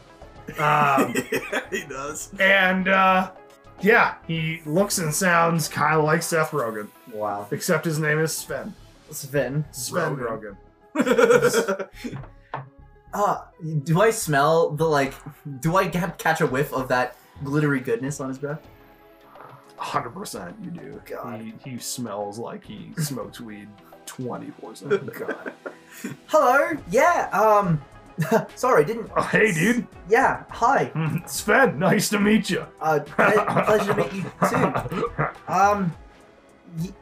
S1: um, (laughs)
S4: (laughs)
S8: yeah, he does.
S1: and uh,
S9: Yeah, he looks and sounds kind of like Seth Rogen,
S4: Wow.
S9: except his name is Sven.
S4: Sven.
S9: Sven Rogen.
S1: (laughs)
S4: Uh, do I smell the like? Do I ca- catch a whiff of that glittery goodness on his breath?
S1: Hundred percent, you do.
S4: God.
S1: He, he smells like (laughs) he smokes weed twenty four seven. God.
S4: Hello. Yeah. Um. (laughs) sorry, didn't.
S1: (laughs) Oh, hey, dude. (laughs)
S4: Yeah. Hi.
S1: Sven, nice to meet you. (laughs)
S4: Uh. ple- pleasure to meet you too. Um. Y-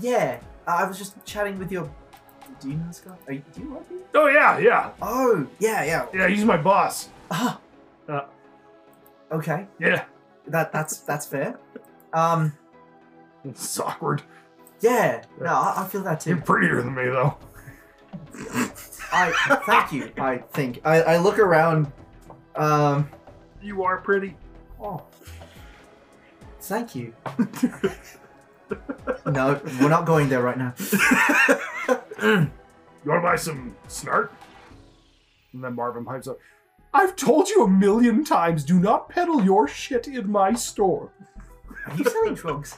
S4: yeah. uh, I was just chatting with your. Do you know this guy? Are you, do you like him?
S1: oh yeah, yeah,
S4: Oh. Yeah. Yeah.
S1: yeah. He's my boss.
S4: Ah.
S1: Uh.
S4: (laughs) Okay.
S1: Yeah,
S4: That that's that's fair. Um.
S1: it's awkward.
S4: Yeah. No, I, I feel that
S1: You're
S4: too.
S1: prettier than me though.
S4: I thank you. I think I, I look around. Um.
S3: You are pretty.
S4: Oh. Thank you. (laughs) no, we're not going there right now.
S1: You want to buy some snart? And then Marvin pipes up. I've told you a million times, do not peddle your shit in my store.
S4: Are you selling drugs?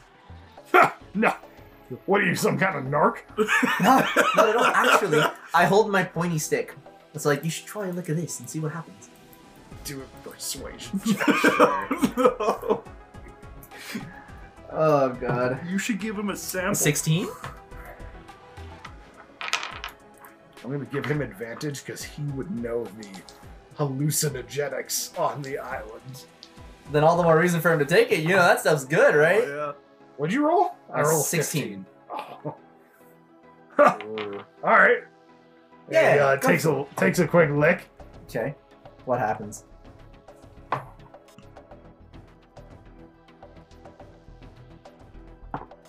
S1: no. What are you, some kind of narc?
S4: (laughs) No, not at all. Actually, I hold my pointy stick. It's like you should try a look at this and see what happens.
S1: Do a (laughs) persuasion.
S4: Oh god.
S3: You should give him a sample.
S4: Sixteen?
S1: I'm going to give him advantage because he would know the hallucinogenics on the island.
S4: Then all the more reason for him to take it. You know that stuff's good, right?
S3: Yeah.
S1: What'd you roll? I
S4: That's
S1: rolled a
S4: 16.
S1: 15. Oh. All right.
S4: Yeah,
S1: He, uh,
S4: go
S1: takes a takes a quick lick.
S4: Okay. What happens?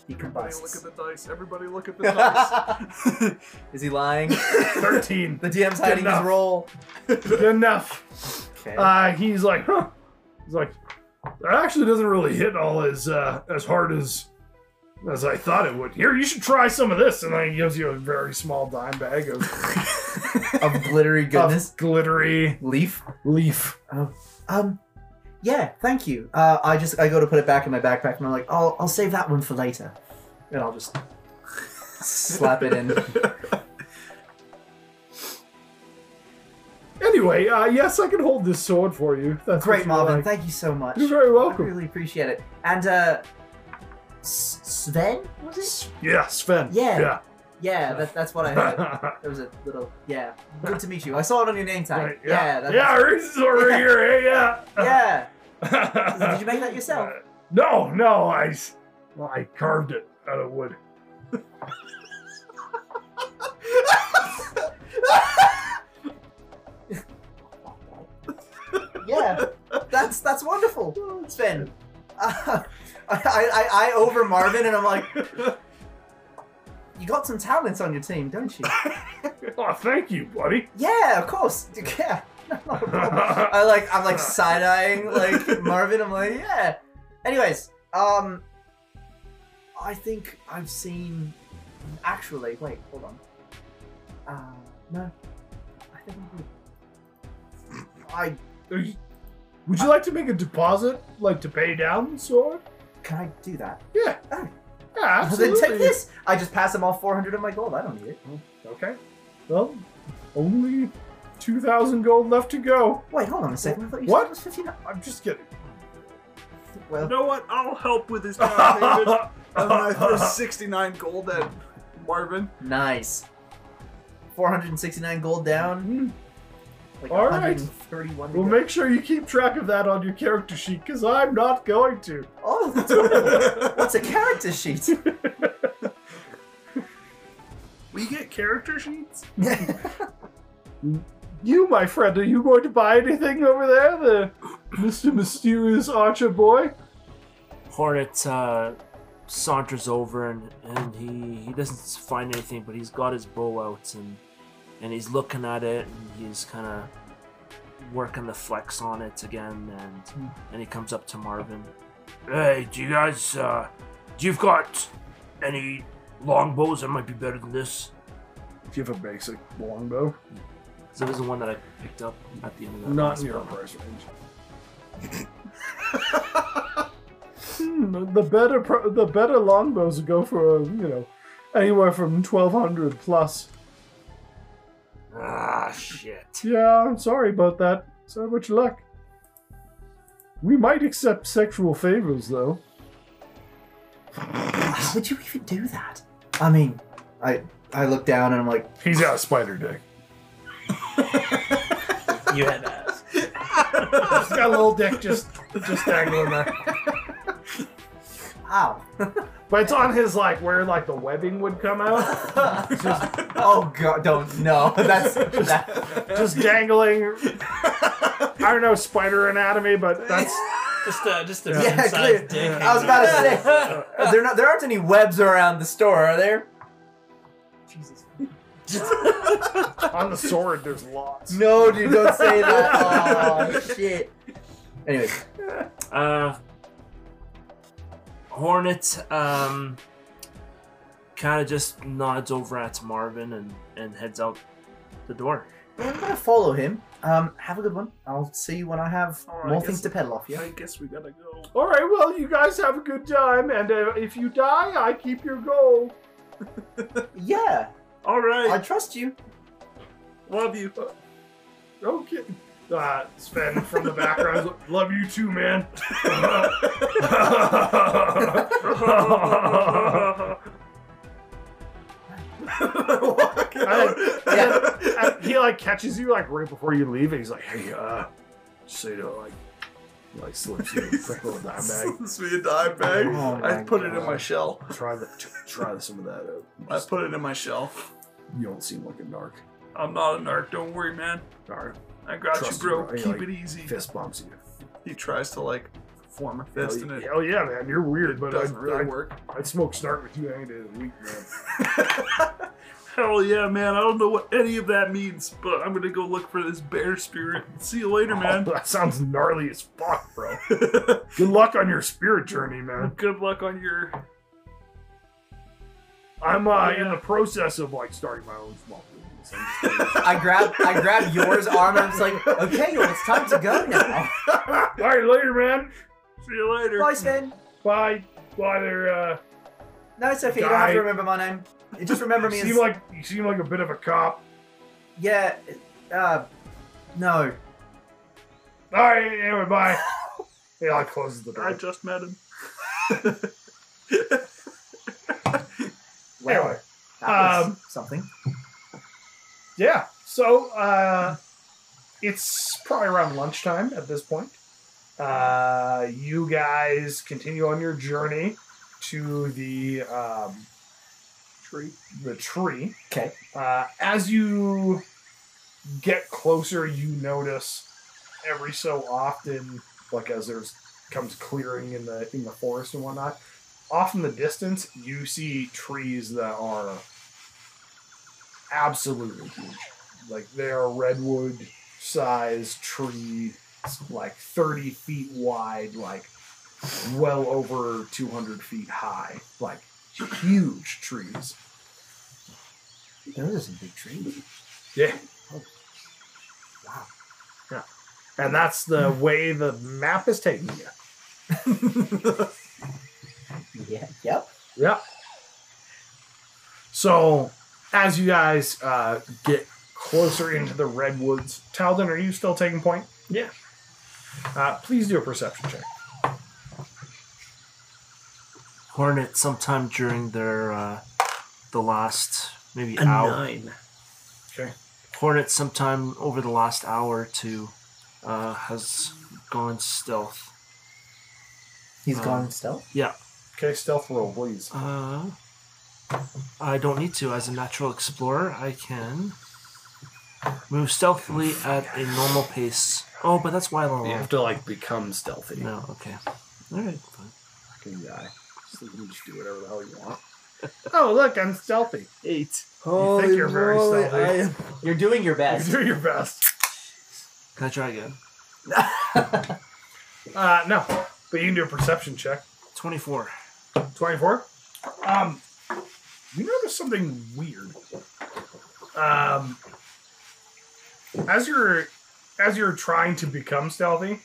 S4: He
S3: Everybody look at
S4: combusts.
S3: the dice. Everybody
S8: (laughs)
S3: look at the dice.
S4: (laughs) Is he lying? (laughs)
S1: 13.
S4: The DM's hiding his
S1: enough.
S4: roll.
S1: Good enough.
S4: Okay.
S1: Uh, he's like, huh. He's like, that actually doesn't really hit all as uh, as hard as as I thought it would. Here, you should try some of this. And then he gives you a very small dime bag (laughs) of,
S4: of glittery goodness.
S1: of glittery
S4: Leaf.
S1: leaf.
S4: Um, yeah, thank you. Uh, I just I go to put it back in my backpack, and I'm like, I'll I'll save that one for later, and I'll just slap it in.
S1: Anyway, uh, yes, I can hold this sword for you. That's
S4: Great,
S1: what you
S4: Marvin.
S1: like.
S4: Thank you so much.
S1: You're very
S4: I
S1: welcome.
S4: really appreciate it. And uh, S- Sven was it?
S1: Yeah, Sven.
S4: (laughs) Yeah. Yeah, that, that's what I heard.
S1: Yeah.
S4: There was a little yeah. Good to meet you. I saw it on your name tag.
S1: Right,
S4: yeah.
S1: (laughs) yeah,
S4: that-
S1: Reese's over
S4: Yeah.
S1: here. Hey, yeah.
S4: yeah.
S1: (laughs)
S4: Did you make that yourself?
S1: Uh, no, no, I, s- well, I carved it out of wood.
S4: yeah, that's that's wonderful, Sven. Uh, (laughs) I, I I over Marvin and I'm like, you got some talents on your team, don't you? (laughs)
S1: Oh, thank you, buddy.
S4: Yeah, of course. Yeah, (laughs) not a problem. (laughs) I like I'm like side eyeing like Marvin. I'm like, yeah. Anyways, um, I think I've seen. Actually, wait, hold on. Uh, no, I think I'm good. I
S1: Are you- Would you like to make a deposit, like to pay down the sword?
S4: Can I do that? (laughs)
S1: Yeah,
S4: Ah. Well, then
S1: absolutely.
S4: take this. I just pass him all 400 of my gold. I don't need it.
S1: Okay. Well, only two thousand gold left to go.
S4: Wait, hold on a second. I thought you
S1: What?
S4: said it was 15.
S1: I'm just
S4: (laughs)
S1: kidding.
S4: Well,
S3: You know what? I'll help with his down
S8: (laughs)
S3: payment. And I throw
S1: That's
S3: 69 gold at Marvin.
S4: nice. 469 gold down.
S1: Hmm.
S4: Like
S1: All right.
S4: 131
S1: Well,
S4: gold.
S1: make sure you keep track of that on your character sheet, because I'm not going to.
S4: Oh, that's wonderful. (laughs) What's a
S1: (laughs)
S4: character sheet?
S3: We get character sheets?
S1: You, my friend, are you going to buy anything over there, the Mr. Mysterious Archer boy?
S2: Hornet uh, saunters over and, and he, he doesn't find anything, but he's got his bow out and and he's looking at it and he's kind of working the flex on it again
S5: Hmm.
S2: and and he comes up to Marvin. Hey, do you guys uh, do you've got any longbows that might be better than this?
S1: Do you have a basic longbow?
S2: Because it was the one that I picked up at the end of that.
S1: Not
S2: last
S1: in your
S2: battle.
S1: price range.
S7: Hmm, the better pro- the better longbows go for you know anywhere from twelve hundred plus.
S2: Ah, shit.
S7: Yeah, I'm sorry about that. So much luck. We might accept sexual favors though.
S4: How would you even do that? I mean, I I look down and I'm like,
S1: He's got a spider
S7: (laughs)
S1: dick.
S5: (laughs) You had ass.
S1: He's got a little dick just just dangling there.
S4: (laughs) ow. (laughs)
S1: But it's on his like where like the webbing would come out,
S4: (laughs) oh god, don't no. (laughs) That's that,
S1: just dangling. I don't know spider anatomy, but that's
S5: Just uh, just a
S4: (laughs) yeah, clear.
S5: man-sized dick.
S4: I was about to say there not there aren't any webs around the store, are there?
S1: on the sword. There's lots.
S4: (laughs) No, dude, don't say that. (laughs) Oh shit. Anyways,
S2: Uh, Hornet um, kind of just nods over at Marvin and, and heads out the door.
S4: I'm gonna follow him. Um, have a good one. I'll see you when I have
S8: Alright,
S4: more
S8: I
S4: things
S8: guess-
S4: to peddle off you.
S8: I guess we gotta go.
S7: All right, well you guys have a good time, and uh, if you die, I keep your gold.
S4: Yeah,
S2: All right.
S4: I trust you.
S8: Love you.
S7: Okay.
S1: Uh, Sven from the background, love you
S8: (laughs)
S1: too, man. (laughs)
S4: (laughs) Yeah.
S1: And he like catches you like right before you leave, and he's like, "Hey, uh, so you know, like, like slips you a pickle in that bag.
S8: Slips me a dime bag.
S4: Oh my
S8: I put it in
S4: God.
S8: my shell.
S1: Try the, try some of that. Out.
S8: I put it in my shell.
S1: You don't seem like a narc.
S8: I'm not a narc. Don't worry, man.
S1: All right,
S8: I got
S1: Trust
S8: you, bro.
S1: you, bro.
S8: Keep
S1: Like,
S8: it easy.
S1: fist bumps you.
S8: He tries to like form a fist,
S1: Hell,
S8: and it
S1: hell yeah, man, you're weird,
S8: (laughs)
S1: but
S8: doesn't
S1: I,
S8: really
S1: I,
S8: work.
S1: I'd smoke snart with you any day of the week,
S8: (laughs)
S1: man.
S8: Hell yeah, man. I don't know what any of that means, but I'm gonna go look for this bear spirit. See you later, man. (laughs)
S4: (laughs)
S1: Oh, (laughs) that sounds gnarly as fuck, bro. Good luck on your spirit journey, man.
S8: Good luck on your.
S1: I'm
S8: Oh,
S1: uh, in the process of like starting my own small business. I'm just-
S4: I grab I grab yours arm and I'm just like, okay, well, it's time to go now.
S1: (laughs) All right, later, man.
S8: See you later.
S4: Bye, Sven.
S1: Bye. Bye there. Uh,
S4: No, it's okay. You don't have
S1: Guy.
S4: to remember my name. Just remember
S1: you
S4: me.
S1: seem
S4: As,
S1: like you seem like a bit of a cop.
S4: yeah. Uh, no.
S1: All right. Anyway, bye. Yeah, I closes the door.
S8: I just met him.
S4: Well,
S1: Anyway,
S4: that was
S1: um,
S4: something.
S1: yeah. So uh, it's probably around lunchtime at this point. Uh, you guys continue on your journey to the um, tree. The tree.
S4: Okay.
S1: Uh, as you get closer, you notice every so often, like as there's comes clearing in the in the forest and whatnot, off in the distance you see trees that are absolutely huge. Like they are redwood size tree, like thirty feet wide, like well over two hundred feet high, like huge trees.
S4: Those are some big trees.
S1: Yeah.
S4: Wow.
S1: Yeah. And that's the way the map is taking you.
S4: Yeah. Yep.
S1: Yeah. So, as you guys uh, get closer into the redwoods, Talden, are you still taking point?
S5: Yeah.
S1: Uh, please do a perception check.
S2: Hornet sometime during their uh, the last maybe
S5: A
S2: hour.
S5: nine.
S2: Hornet sometime over the last hour or two uh, has gone stealth.
S4: He's
S2: Uh,
S4: gone still.
S1: Okay, stealth roll, please.
S2: Uh, I don't need to. As a natural explorer, I can move stealthily at a normal pace. Oh, but that's why I'm
S10: You have to like become stealthy.
S2: No, okay. All right, fine.
S1: Fucking guy. Just let him just do whatever the hell you want. oh, look, I'm stealthy.
S2: Eight.
S1: You think you're very stealthy.
S4: You're doing your
S1: You
S4: best.
S1: do your best.
S2: Can I try again?
S1: Uh, no, but you can do a perception check.
S2: Twenty-four.
S1: 24 um you notice something weird um as you're as you're trying to become stealthy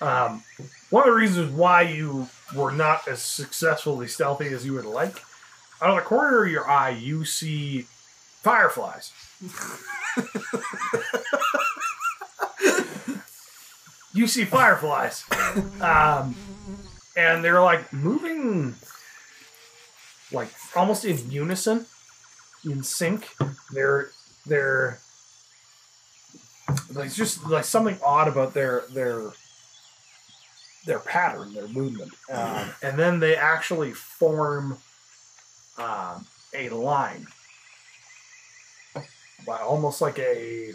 S1: Um, one of the reasons why you were not as successfully stealthy as you would like, out of the corner of your eye, you see fireflies. (laughs) you see fireflies. Um, and they're like moving like almost in unison, in sync. They're they're like just like something odd about their their their pattern, their movement, um,
S4: Mm-hmm.
S1: and then they actually form um, a line, by almost like a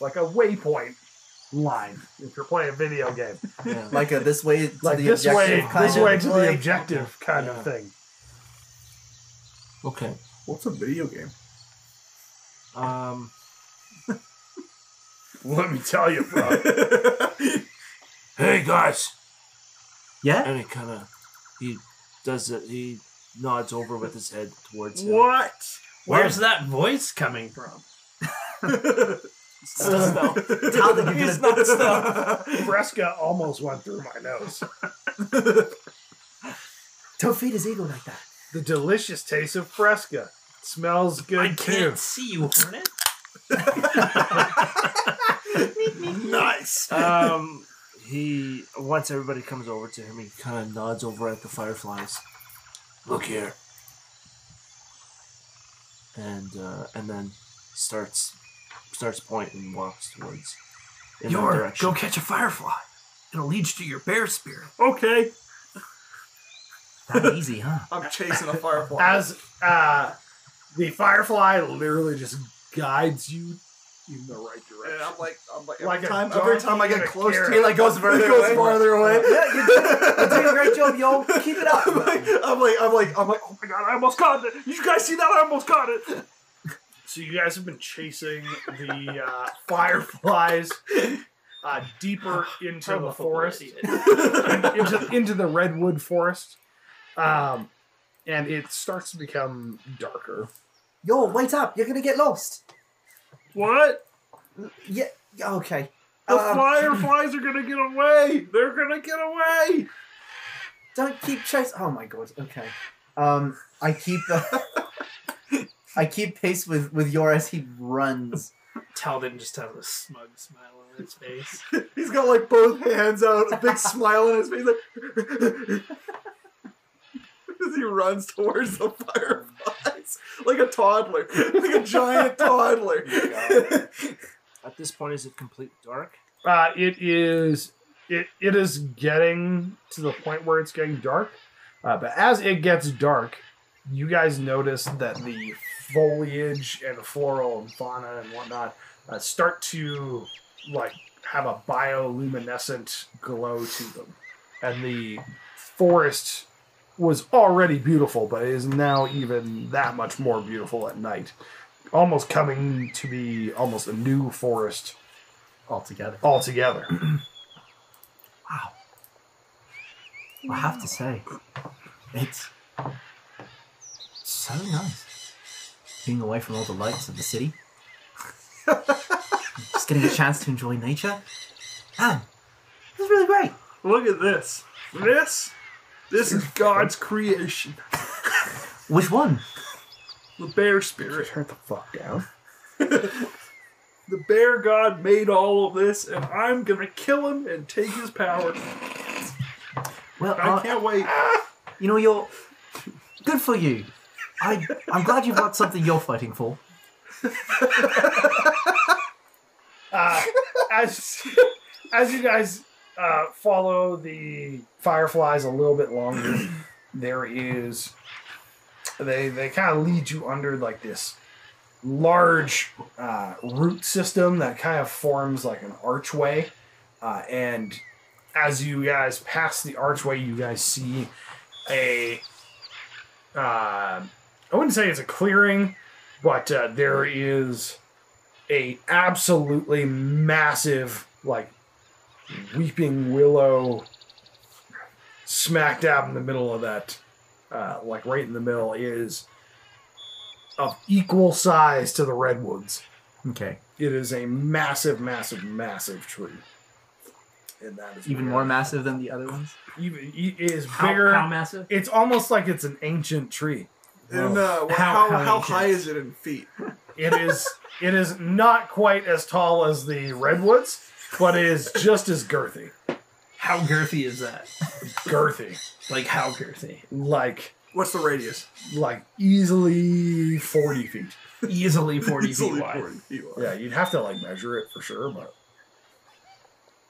S1: like a waypoint line. If you're playing a video game,
S4: (laughs) Like a this way to
S1: like
S4: the
S1: this way,
S4: objective kind
S1: this
S4: of
S1: way to the
S4: like-
S1: objective kind of thing.
S2: Okay.
S8: What's a video (laughs) game?
S2: Um,
S1: Let me tell you, bro.
S4: (laughs)
S2: hey guys,
S4: Yeah?
S2: and he kind of he does it. He nods over with his head towards him.
S8: What?
S5: Where's that voice coming from?
S4: (laughs)
S2: It's not stealth.
S4: Talon, you're
S2: It's
S4: gonna- (laughs)
S2: not stealth.
S1: Fresca almost went through my nose.
S4: Don't feed his ego like that.
S1: The delicious taste of Fresca smells good
S5: I
S1: too.
S5: can't see you, Hornet.
S8: Nice.
S2: Um, he once everybody comes over to him, he kind of nods over at the fireflies. Look here, and uh, and then starts starts pointing and walks towards in that
S5: Yor,
S2: direction.
S5: go catch a firefly. It'll lead you to your bear spirit.
S8: Okay.
S4: That
S5: (laughs)
S4: easy, huh?
S8: I'm chasing a firefly.
S1: (laughs) As uh, the firefly literally just guides you in the right
S8: And
S1: direction.
S8: I'm like, I'm like, every
S1: Like a
S8: time, every
S1: donkey
S8: time I
S1: in
S8: get
S1: a
S8: close to
S1: carrot.
S8: it,
S4: like goes further
S8: it goes farther away.
S4: Yeah, you're doing, you're doing a great job, yo. Keep it
S8: (laughs)
S4: up.
S8: I'm like, I'm like, I'm like, I'm like, oh my god, I almost caught it. You guys see that? I almost caught it.
S1: So you guys have been chasing the uh, fireflies uh,
S8: (sighs)
S1: deeper into
S5: I'm
S1: the
S5: a football
S1: forest,
S5: idiot.
S8: (laughs)
S1: into, into the redwood forest, um, and it starts to become darker.
S4: Yo, wait up. You're gonna get lost.
S8: What?
S4: Yeah. Okay.
S8: The
S4: Um,
S8: fireflies are gonna get away. They're gonna get away.
S4: Don't keep chasing. Oh my god. Okay. Um, I keep. (laughs) Uh, I keep pace with with Yor as he runs.
S5: Talbot just has a smug smile on his face.
S8: He's got like both hands out, a big smile on his face, like (laughs) as he runs towards the fireflies, like a toddler, like a giant toddler.
S2: At this point, is it complete dark?
S1: Uh, it is it it is getting to the point where it's getting dark. Uh, but as it gets dark, you guys notice that the foliage and floral and fauna and whatnot uh, start to like have a bioluminescent glow to them, and the forest was already beautiful, but it is now even that much more beautiful at night, almost coming to be almost a new forest
S4: Altogether,
S1: altogether.
S4: I have to say, it's so nice being away from all the lights of the city. Just getting a chance to enjoy nature. Man, this is really great.
S8: Look at this. This, this is God's creation.
S4: Which one?
S8: The bear spirit.
S1: Turn the fuck down.
S8: (laughs) The bear god made all of this, and I'm gonna kill him and take his power.
S4: Well,
S8: I
S4: uh,
S8: can't wait.
S4: You know, you're good for you. I I'm glad you've got something you're fighting for.
S1: Uh, as as you guys uh, follow the fireflies a little bit longer, there is they they kind of lead you under like this large uh, root system that kind of forms like an archway, uh, and as you guys pass the archway, you guys see a uh, I wouldn't say it's a clearing, but uh, there is a absolutely massive like weeping willow smack dab in the middle of that uh, like right in the middle is of equal size to the redwoods
S4: Okay.
S1: it is a massive massive massive tree in that. Is
S4: Even
S1: weird.
S4: more massive than the other ones.
S1: Even it is
S5: How,
S1: bigger.
S5: how massive?
S1: it's almost like it's an ancient tree.
S8: And, uh, wh- how,
S1: How- how
S8: how,
S1: ancient?
S8: high is it in feet?
S1: It is. it is not quite as tall as the redwoods, but it is just as girthy.
S5: How girthy is that?
S1: Girthy,
S5: Like how girthy?
S1: like
S8: What's the radius?
S1: like easily forty feet. (laughs)
S5: Easily forty
S8: It's only
S5: feet wide.
S8: 40 feet wide.
S1: Yeah, you'd have to like measure it for sure, but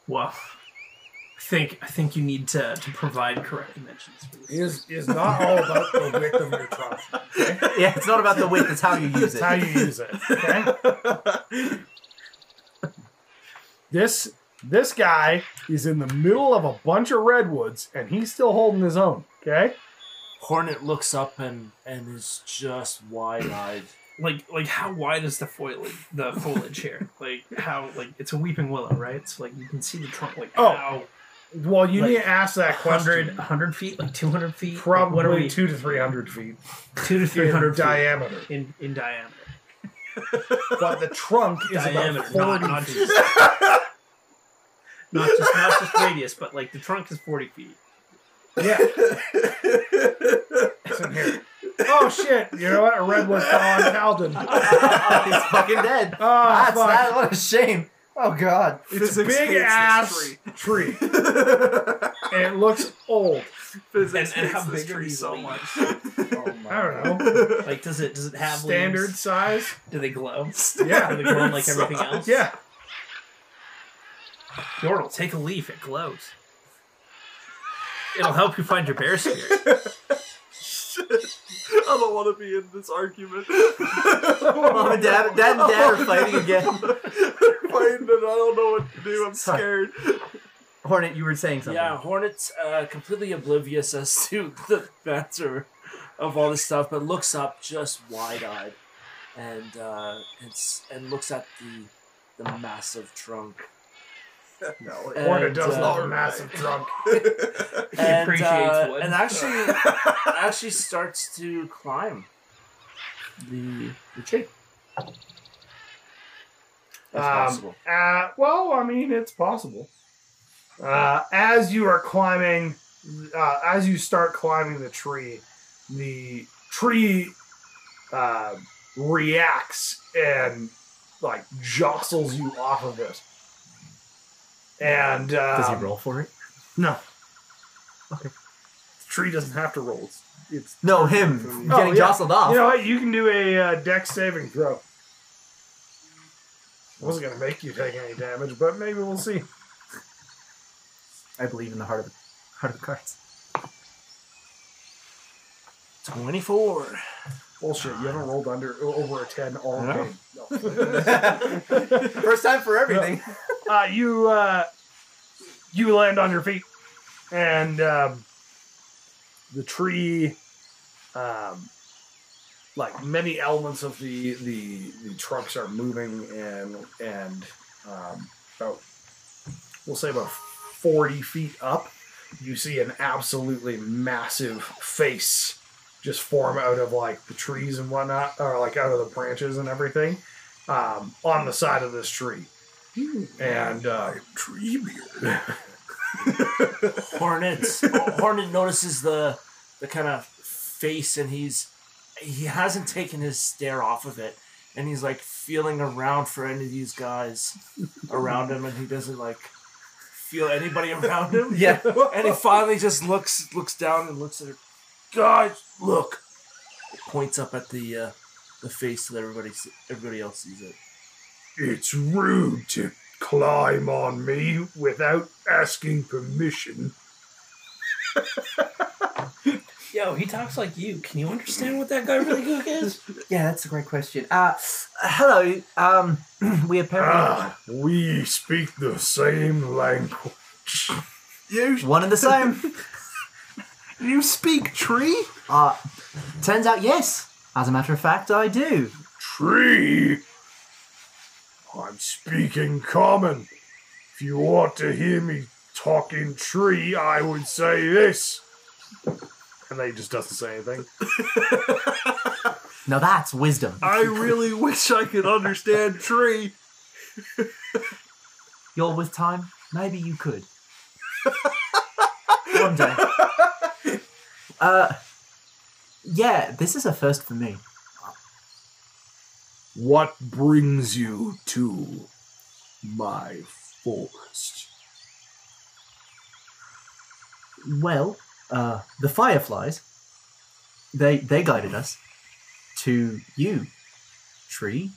S5: Wow. I think I think you need to, to provide correct dimensions for this.
S1: it is it is not all about the width of your trunk.
S4: (laughs) Yeah, it's not about the width, it's how you
S1: (laughs) It's
S4: use it.
S1: how you use it.
S4: (laughs)
S1: Okay. this this guy is in the middle of a bunch of redwoods, and he's still holding his own. Okay.
S2: Hornet looks up and and is just wide eyed.
S5: Like like how wide is the foliage the foliage
S1: (laughs)
S5: here? Like how like it's a weeping willow, right? So like you can see the trunk like
S1: Oh,
S5: how
S1: Well, you
S5: Like,
S1: need to ask that
S5: 100,
S1: question.
S5: 100 feet, like two hundred feet. Like,
S1: Probably
S5: what are we
S1: two to three hundred feet
S5: two to three
S1: in
S5: hundred feet
S1: diameter,
S5: in, in diameter.
S1: but the trunk is
S5: diameter,
S1: about
S5: not,
S1: forty.
S5: not just not just
S1: (laughs)
S5: not just radius, but like the trunk is forty feet.
S8: (laughs)
S1: Yeah. It's in here. Oh shit! You know what? A redwood fell on (laughs) Halden. Oh
S4: He's fucking dead. That's
S1: Ah, fuck!
S4: that, what a shame. Oh god.
S1: It's a
S8: Physics
S1: big
S8: hates
S1: ass
S8: this
S1: (laughs) tree. and it looks old.
S8: Physics
S5: And- and how
S8: hates this
S5: big are
S8: tree
S5: these
S8: so
S5: leaves?
S8: much. (laughs)
S1: I don't know.
S5: Like does it does it have
S1: Standard
S5: leaves?
S1: size.
S5: Do they (laughs) glow? Are they
S1: Yeah.
S5: glowing like everything else?
S1: Yeah.
S5: Yordle, take a leaf. It glows. It'll help you find your bear spirit.
S8: (laughs) I don't want to be in this argument.
S4: Mom and dad, dad and dad are
S8: (laughs)
S4: fighting again.
S8: They're fighting and I don't know what to do. I'm scared.
S4: Hornet, you were saying something.
S2: Yeah, Hornet's uh, completely oblivious as to (laughs) the banter of all this stuff, but looks up just wide eyed and uh, and s- and looks at the the massive trunk.
S1: (laughs)
S8: No,
S2: And,
S1: Hornet does
S2: uh,
S1: love a massive trunk.
S2: (laughs)
S5: He
S2: and,
S5: appreciates
S2: uh,
S5: wood.
S2: and actually
S1: (laughs)
S2: actually starts to climb the the tree. That's
S1: Um,
S2: possible.
S1: Uh, well, I mean, it's possible. Uh, as you are climbing, uh, as you start climbing the tree, the tree uh, reacts and like jostles you off of it. And uh,
S4: Does he roll for it?
S1: No. Okay. The tree doesn't have to roll. It's, it's
S4: No, him
S1: Oh,
S4: getting
S1: yeah.
S4: jostled off.
S1: You know what? You can do a uh, dex saving throw. I wasn't going to make you take any damage, but maybe we'll see.
S4: I believe in the heart of the heart of the cards.
S2: Twenty four.
S1: Bullshit. You haven't rolled under over a 10 all
S2: I know.
S1: game.
S4: (laughs) First time for everything.
S1: uh, you uh, you land on your feet, and um, the tree, um, like many elements of the the, the trunks are moving, and and um, about we'll say about forty feet up, you see an absolutely massive face just form out of like the trees and whatnot, or like out of the branches and everything. Um, on the side of this tree, and uh, tree beard.
S2: Hornet
S3: (laughs)
S2: Hornet notices the the kind of face and he's he hasn't taken his stare off of it and he's like feeling around for any of these guys around him and he doesn't like feel anybody around him
S4: (laughs) (laughs) Yeah.
S2: and he finally just looks looks down and looks at her guys look points up at the uh the face so that everybody se- everybody else sees it
S1: It's rude to climb on me without asking permission.
S5: (laughs) Yo, he talks like you. Can you understand what that guy really cook is?
S4: Yeah, that's a great question. Uh, hello. Um, (clears throat) we (laughs) apparently
S1: Ah, we speak the same language.
S8: You
S4: one and the same.
S8: you speak tree?
S4: Uh, turns out yes. As a matter of fact, I do.
S1: Tree. I'm speaking common. If you want to hear me talking tree, I would say this. And they just doesn't say anything.
S4: Now that's (laughs) wisdom.
S8: I really wish I could understand tree.
S4: You're with time. Maybe you could. One (laughs) day. Uh, yeah, this is a first for me.
S10: What brings you to my forest?
S4: Well, uh, the fireflies, they they guided us to you, tree.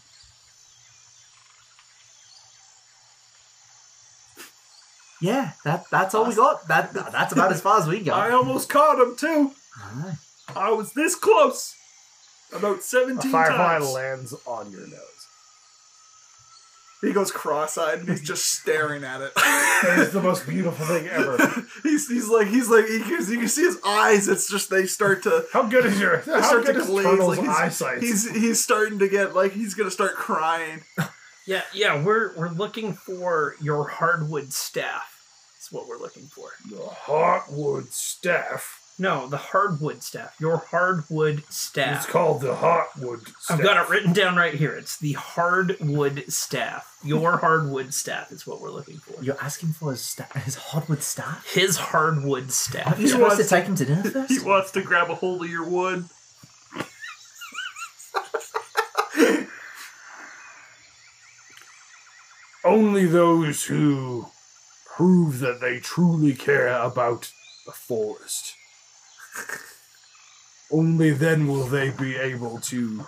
S4: Yeah, that that's all we got. That that's about as far as we
S3: I
S4: got.
S3: almost caught him too.
S4: Alright.
S3: I was this close. About
S1: A
S3: 17
S1: firefly
S3: times.
S1: lands on your nose.
S3: He goes cross-eyed and he's just staring at it.
S1: That is the most beautiful thing ever.
S3: (laughs) he's, he's like he's like he can, you can see his eyes. It's just they start to
S1: How good is your
S3: they
S1: how
S3: start
S1: good
S3: to
S1: is
S3: glaze.
S1: turtle's
S3: Like he's,
S1: eyesight?
S3: he's he's starting to get like he's gonna start crying.
S5: Yeah, yeah, we're we're looking for your hardwood staff. That's what we're looking for.
S1: the Hotwood Staff.
S5: No, the hardwood staff. Your hardwood
S1: It's
S5: staff.
S1: called the Hotwood Staff.
S5: I've got it written down right here. It's the hardwood staff. Your hardwood staff is what we're looking for.
S4: You're asking for his sta- his hardwood staff.
S5: His hardwood
S4: Aren't
S5: staff.
S4: you supposed to
S3: wants-
S4: take him to dinner first?
S3: He wants to grab a hold of your wood.
S1: Only those who prove that they truly care about the forest. Only then will they be able to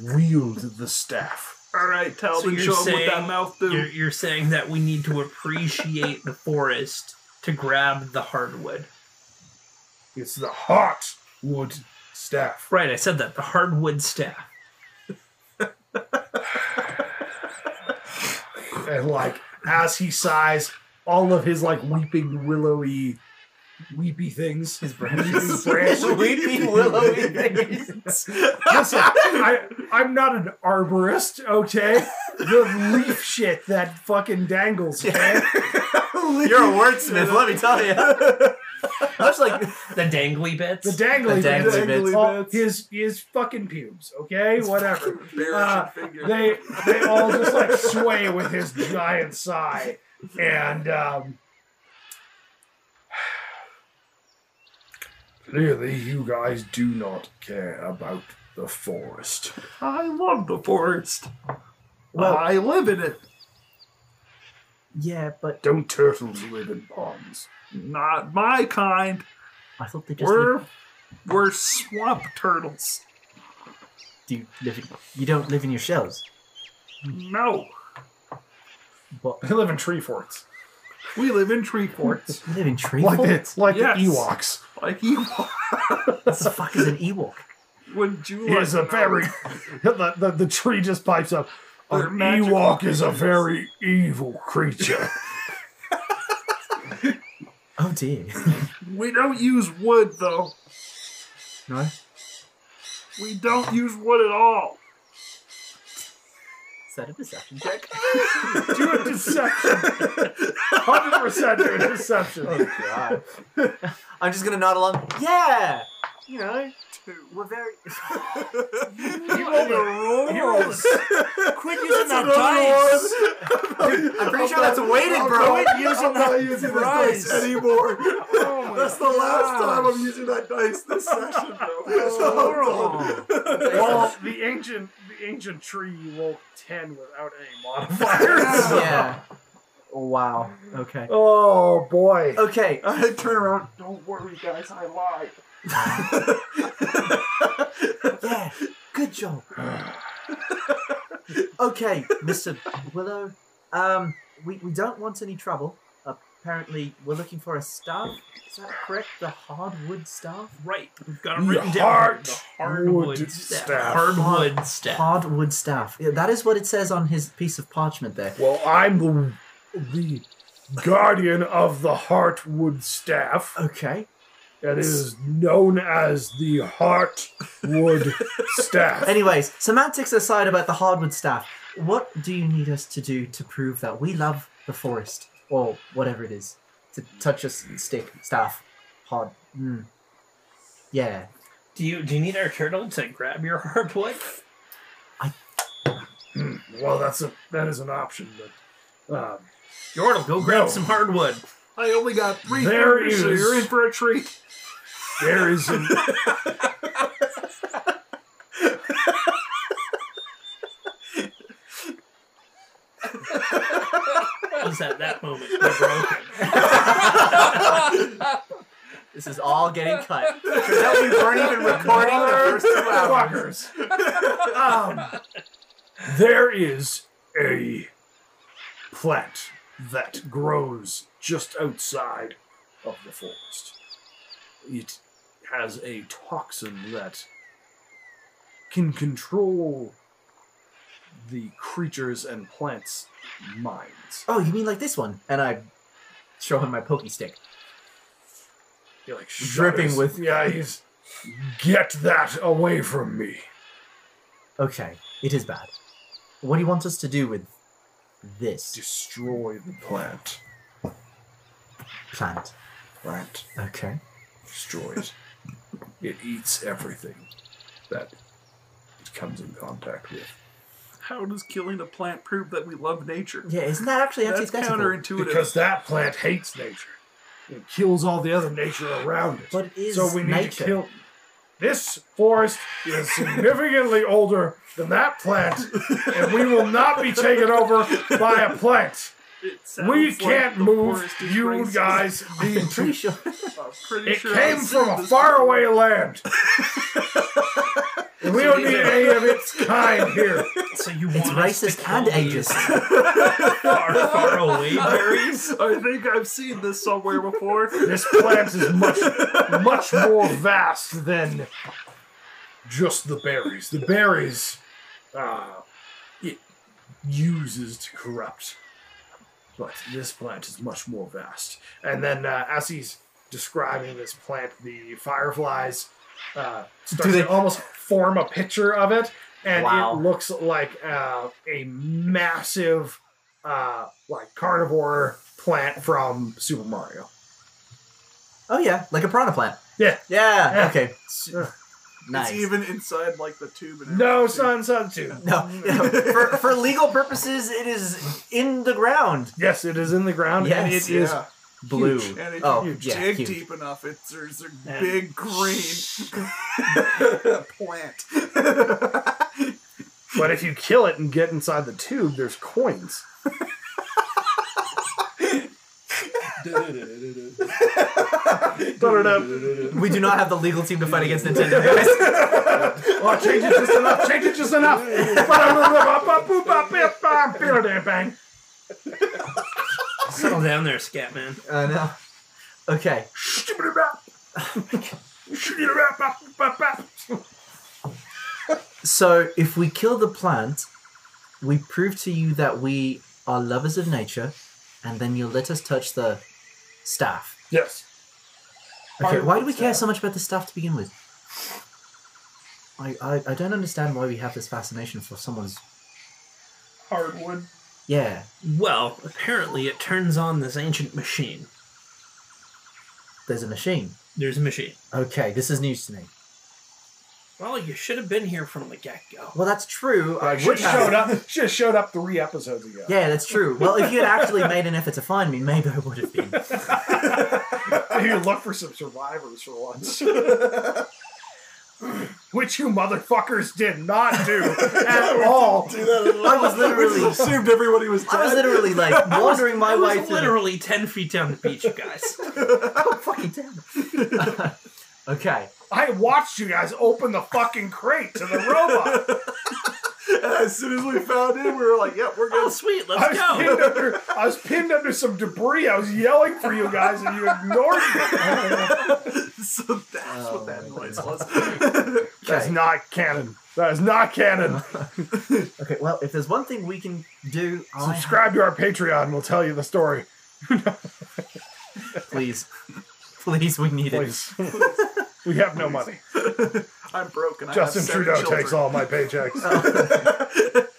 S1: wield the staff.
S3: All right, Talbot,
S5: you're
S3: show him what
S5: saying
S3: that mouth do.
S5: You're,
S3: (laughs)
S5: you're saying that we need to appreciate the forest to grab the hardwood.
S1: It's the Hotwood Staff.
S5: Right, I said that. The hardwood staff.
S1: And like as he sighs, all of his like weeping willowy weepy things. His branches. (laughs)
S4: Weepy willowy
S3: (laughs)
S4: things.
S1: Listen, I, I'm not an arborist, okay? The leaf shit that fucking dangles, man.
S4: You're
S3: (laughs)
S4: a wordsmith, let me tell (laughs) you. Much like
S5: The dangly bits.
S1: The dangly,
S4: The
S1: bits.
S4: dangly bits.
S1: All- his his fucking pubes, okay? Whatever. Uh, they they all just like sway with his giant sigh, and um, clearly you guys do not care about the forest.
S3: I love the forest. Well, I live in it.
S4: yeah, but
S1: Don't turtles live in ponds?
S3: Not my kind.
S4: I thought they just.
S3: We're we're swamp turtles.
S4: do you live? In, you don't live in your shells.
S3: No,
S4: But
S1: They live in tree forts,
S3: we live in tree forts.
S4: you live in tree
S1: like the,
S4: forts.
S1: like the
S3: Yes.
S1: Ewoks.
S3: like Ewok.
S4: What the fuck is an Ewok?
S3: Would you like
S1: Is a
S3: to know?
S1: very
S4: (laughs)
S1: the, the the tree just pipes up. An
S3: They're magical
S1: Ewok is a very evil creature.
S4: Oh dear. (laughs)
S3: We don't use wood though.
S4: No. Is
S3: We don't use wood at all.
S4: that a deception check?
S1: (laughs) do a (laughs) deception. Hundred percent do a deception.
S4: God. I'm just gonna nod along. Yeah. You know, we're very.
S1: You rolled a you rolled a-
S2: Quit using that dice.
S4: I'm pretty sure that's weighted, bro.
S2: Quit using that dice.
S3: (laughs)
S8: anymore.
S2: Oh my
S8: That's the last
S2: gosh.
S8: time I'm using that dice this session, bro.
S2: Oh.
S8: (laughs)
S1: well, the ancient the ancient tree you rolled ten without any
S3: (laughs)
S1: modifiers.
S4: yeah. Wow. Okay.
S1: Oh boy.
S4: Okay.
S3: I turn around. Don't worry, guys. I
S4: (laughs)
S3: lied.
S4: Yeah. Good job. okay, Mr. Willow. Um, we, we don't want any trouble. Apparently, we're looking for a staff. Is that correct? The hardwood staff?
S5: Right. We've got it
S1: The
S5: written down. here.
S1: hardwood
S5: the hardwood staff.
S1: staff.
S5: Hardwood staff.
S4: Hardwood staff. Yeah, that is what it says on his piece of parchment there.
S1: Well, I'm the the guardian of the Heartwood staff.
S4: Okay.
S3: (laughs)
S1: That is known as the Heartwood staff.
S4: Anyways, semantics aside about the hardwood staff, what do you need us to do to prove that we love the forest or whatever it is? To touch a s- stick, staff, hard. Mm. Yeah.
S5: Do you do you need our turtle to grab your hardwood?
S1: well, Hmm. that's a that is an option, um, but um,
S5: Yordle, go grab
S1: No.
S5: some hardwood.
S3: I only got Uh, three
S1: There
S3: fingers, so
S1: is-
S3: you're in for a treat.
S1: There is an
S5: It was at that moment we broke (laughs)
S4: This is all
S3: (laughs)
S4: getting cut. Turns out we weren't even recording the first
S8: (laughs)
S4: two hours.
S1: Fuckers. um, there is a plant that grows just outside of the forest. It has a toxin that can control the creatures and plants' minds.
S4: Oh, you mean like this one? And I show him my pokey stick.
S1: He like
S4: Dripping
S1: shudders.
S4: with-
S1: yeah, he's get that away from me.
S4: Okay, it is bad. What do you want us to do with this
S1: Destroy the plant.
S4: plant?
S1: Plant
S4: Okay.
S1: destroys. it eats everything that it comes in contact with.
S3: How does killing a plant prove that we love nature?
S4: Yeah, isn't that actually
S3: That's
S4: antithetical?
S3: counterintuitive.
S1: Because that plant hates nature. It kills all the other nature around it.
S4: But it is
S1: so we need
S4: nature.
S1: to kill. This forest is significantly older than that plant, and we will not be taken over by a plant.
S3: It sounds
S1: We
S3: like
S1: can't
S3: the
S1: move.
S3: forest is
S1: You
S3: racist. (laughs)
S1: guys need
S4: I'm
S1: to
S4: (laughs) pretty sure.
S3: I'm pretty
S1: It
S3: sure I
S1: came
S3: said
S1: from a
S3: this
S1: faraway land. And we don't need any of its kind here.
S5: in. So you
S4: It's
S5: want us to
S4: racist and
S5: kill these
S4: ageist.
S5: far, far away (laughs) berries?
S3: (laughs) I think I've seen this somewhere before.
S1: This plant is much, much more vast than just the berries. The berries, uh, it uses to corrupt. But this plant is much more vast. And then, uh, as he's describing this plant, the fireflies uh, start
S4: they-
S1: to almost form a picture of it, and
S4: Wow.
S1: it looks like uh, a massive, uh, like carnivore plant from Super Mario.
S4: (laughs) Oh yeah, like a piranha plant.
S1: Yeah.
S4: Yeah.
S1: Yeah.
S4: Okay. S-
S1: Yeah.
S4: Nice.
S3: It's even inside like the tube and
S1: No,
S3: everything.
S1: son, son, too.
S4: no, no.
S3: (laughs)
S4: For, for legal purposes, it is in the ground.
S1: Yes, it is in the ground, and
S4: Yes,
S1: it is
S3: yeah.
S4: (laughs) Blue.
S3: And if
S4: oh,
S3: you
S4: yeah,
S3: dig
S4: huge.
S3: deep enough, it's there's a
S5: And-
S4: (laughs)
S3: big green plant.
S1: But if you kill it and get inside the tube, there's coins.
S4: We do not have the legal team to fight against Nintendo, guys.
S1: Oh, change it just enough. Change it just enough. Bang.
S5: Settle down there, Scatman.
S4: I know. Uh, Okay. So if we kill the plant, we prove to you that we are lovers of nature, and then you'll let us touch the staff.
S1: Yes.
S4: Okay, why do we care so much about the staff to begin with? I, I, I don't understand why we have this fascination for someone's
S3: Hardwood.
S4: yeah.
S5: Well, apparently it turns on this ancient machine.
S4: There's a machine.
S5: There's a machine.
S4: Okay, this is news to me.
S5: Well, you should have been here from the get go.
S4: Well, that's true. I would
S1: Just showed
S4: have.
S1: up. Just showed up three episodes ago.
S4: Yeah, that's true. Well, if you had actually made an effort to find me, maybe I would have been.
S1: you look for some survivors for once. (laughs) Which you motherfuckers did not
S4: (laughs)
S1: do at all.
S4: I was
S3: (laughs)
S4: literally
S8: Assumed everybody was
S4: I was literally like wandering my
S5: I was
S4: way through. the-
S5: literally 10 feet down the beach, you guys.
S4: fucking damn. (laughs) okay.
S1: I watched you guys open the fucking crate to the robot.
S8: As soon as we found him, we were like, "Yep, we're
S5: Oh,
S8: good."
S5: sweet,
S1: I
S5: (laughs) let's
S1: was,
S5: go.
S1: pinned under, I was pinned under some debris. I was yelling for you guys, and you ignored
S8: (laughs)
S1: me.
S8: so that's
S4: Oh
S8: what that
S4: my
S8: noise
S4: goodness.
S8: was. (laughs)
S1: That's
S4: Okay.
S1: not canon. That is not canon.
S4: Okay. Well, if there's one thing we can do, I
S1: Subscribe to our Patreon. and We'll tell you the story.
S4: please, please, we need
S1: Please. (laughs) we have no money.
S8: I'm broken.
S1: Justin
S8: I have seven
S1: Trudeau
S8: children.
S1: takes all my paychecks.
S8: (laughs)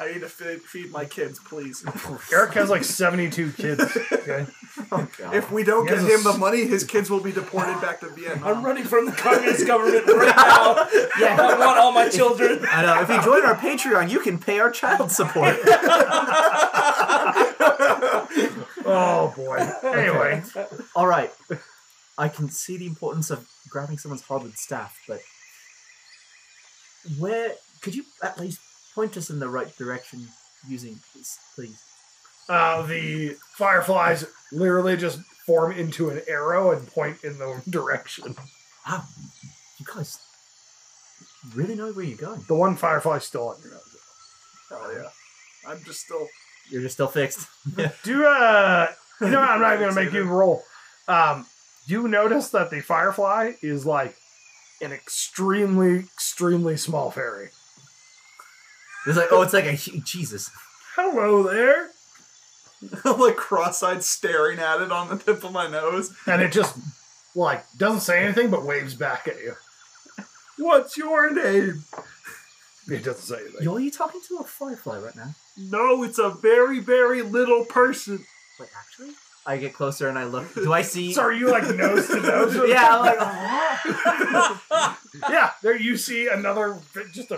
S8: I need to feed, feed my kids, please. (laughs)
S1: Eric has like 72 kids. Okay.
S4: it. Oh, God.
S8: if we don't
S1: He
S8: get
S1: has a
S8: him the
S1: s-
S8: money, his kids will be deported back to Vietnam.
S5: I'm running from the communist government right now.
S4: yeah.
S5: I want all my children.
S4: I know. uh, If you join our Patreon, you can pay our child support.
S1: Oh boy. Anyway,
S4: All right. I can see the importance of grabbing someone's hard with staff, but where could you at least point us in the right direction using this, please?
S1: uh, the fireflies literally just form into an arrow and point in the direction.
S4: Wow, Ah, you guys really know where you're going.
S1: The one firefly's still on your nose.
S3: Hell yeah. I'm just
S8: (laughs)
S3: still.
S4: You're just still fixed.
S1: Do uh, you know what? I'm not even gonna make you roll. Um, you notice that the firefly is like an extremely, extremely small fairy.
S4: It's like, oh, it's like a hu- Jesus.
S1: Hello there.
S3: I'm like cross-eyed staring at it on the tip of my nose.
S1: And it just like doesn't say anything but waves back at you.
S3: What's your name?
S1: It doesn't say anything.
S4: Yo, are you talking to a firefly right now?
S3: No, it's a very, very little person.
S4: Wait, actually, I get closer and I look. Do I
S1: (laughs)
S4: see?
S1: So are you like nose to nose?
S4: (laughs)
S1: with-
S4: Yeah, I'm like, oh.
S1: yeah. There you see another just a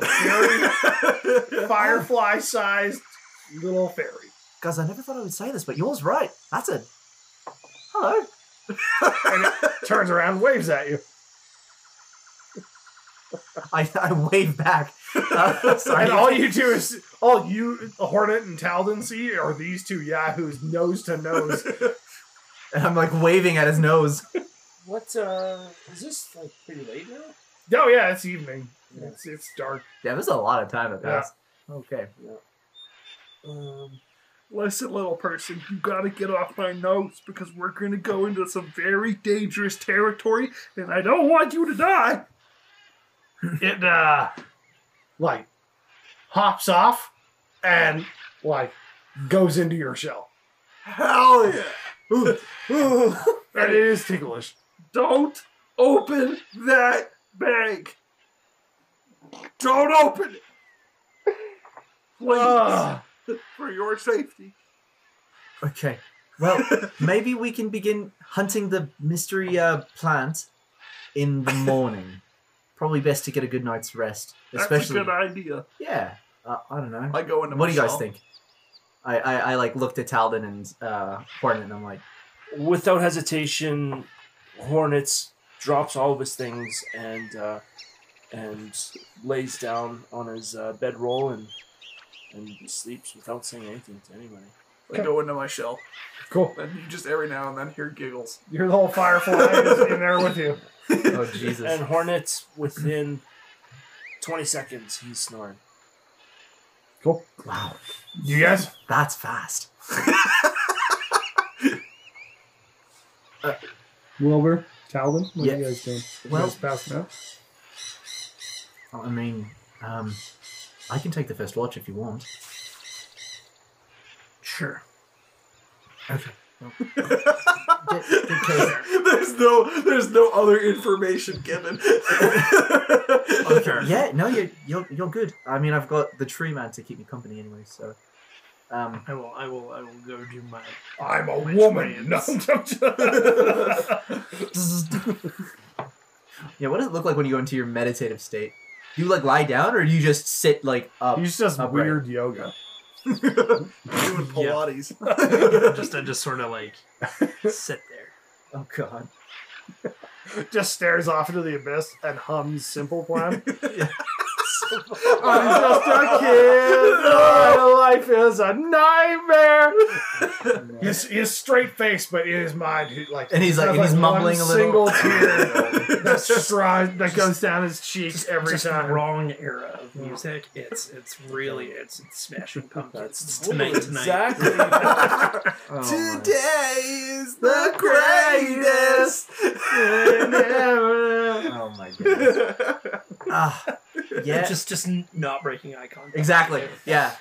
S3: (laughs)
S8: (laughs)
S1: very firefly-sized little fairy.
S4: guys, I never thought I would say this, but yours right. That's a hello.
S1: And it turns around, and waves at you.
S4: I, (laughs) I wave back. (laughs)
S1: (laughs)
S4: Uh, sorry.
S1: And all you do is all you Hornet and Talden see are these two yahoos nose to (laughs) nose.
S4: And I'm like waving at his nose.
S2: What, uh, is this like pretty late now?
S1: Oh yeah, it's evening. It's it's dark.
S4: Yeah, there's a lot of time that
S1: Yeah.
S4: passed. Okay.
S2: Um,
S3: Listen, little person, you gotta get off my nose because we're gonna go into some very dangerous territory, and I don't want you to die.
S1: It uh like hops off and like goes into your shell.
S3: Hell yeah!
S1: And it is ticklish.
S3: Don't open that bag. Don't open it, please,
S1: Ah.
S3: for your safety.
S4: (laughs) Okay. Well, maybe we can begin hunting the mystery uh, plant in (laughs) the morning. Probably best to get a good night's rest,
S3: That's
S4: especially.
S3: a good idea.
S4: yeah. Uh, I don't know.
S3: I go into.
S4: what do you guys
S3: myself.
S4: think? I, I, I like looked at Talden and uh, Hornet, and I'm like,
S2: without hesitation, Hornets drops all of his things and uh, and lays down on his uh, bedroll and and sleeps without saying anything to anybody.
S3: I go into my shell,
S1: Cool.
S3: and you just every now and then hear giggles. (laughs)
S1: You're the whole firefly is in there with you.
S4: (laughs) "Oh Jesus!"
S2: And Hornets, within twenty seconds, he's snoring.
S4: Wow,
S1: You guys?
S4: that's fast.
S7: Wilbur, Talden, what
S4: Yeah.
S7: are you guys doing? You
S4: Well-
S7: guys passing out?
S4: I mean, um, I can take the first watch if you want.
S5: Sure.
S4: Get- get Kay-
S3: there's no there's no other information given. (laughs)
S5: Okay.
S4: Yeah, no, you're, you're you're good. I mean, I've got the tree man to keep me company anyway, so. Um,
S5: I will. I will. I will go do my.
S1: I'm a
S5: Which
S1: woman. No,
S5: man's?
S1: I'm
S3: (laughs)
S1: just-
S4: yeah, what does it look like when you go into your meditative state? Do you like lie down, or do you just sit like up?
S1: He's just
S4: Upright.
S1: weird
S4: (laughs)
S1: yoga. (laughs)
S3: Doing Pilates.
S5: just I just sort of like sit there.
S4: Oh God!
S1: Just stares off into the abyss and hums simple
S4: (laughs)
S1: plan.
S3: I'm just a
S1: kid. My life is a
S5: (laughs)
S1: nightmare. His, his straight face, but in his mind, he, like
S4: And he's like,
S1: has,
S4: and he's
S1: one
S4: mumbling a (laughs) little.
S1: Single tear that's stri- that goes down his cheeks every
S5: just
S1: time.
S5: wrong era of music. It's it's really it's, it's smashing pumpkins. It's tonight tonight. (laughs)
S2: Exactly.
S4: (laughs) Oh, my.
S3: is the greatest.
S4: (laughs) Oh my goodness. Ah, yeah.
S5: Just just not breaking eye contact.
S4: exactly. Yeah. (laughs)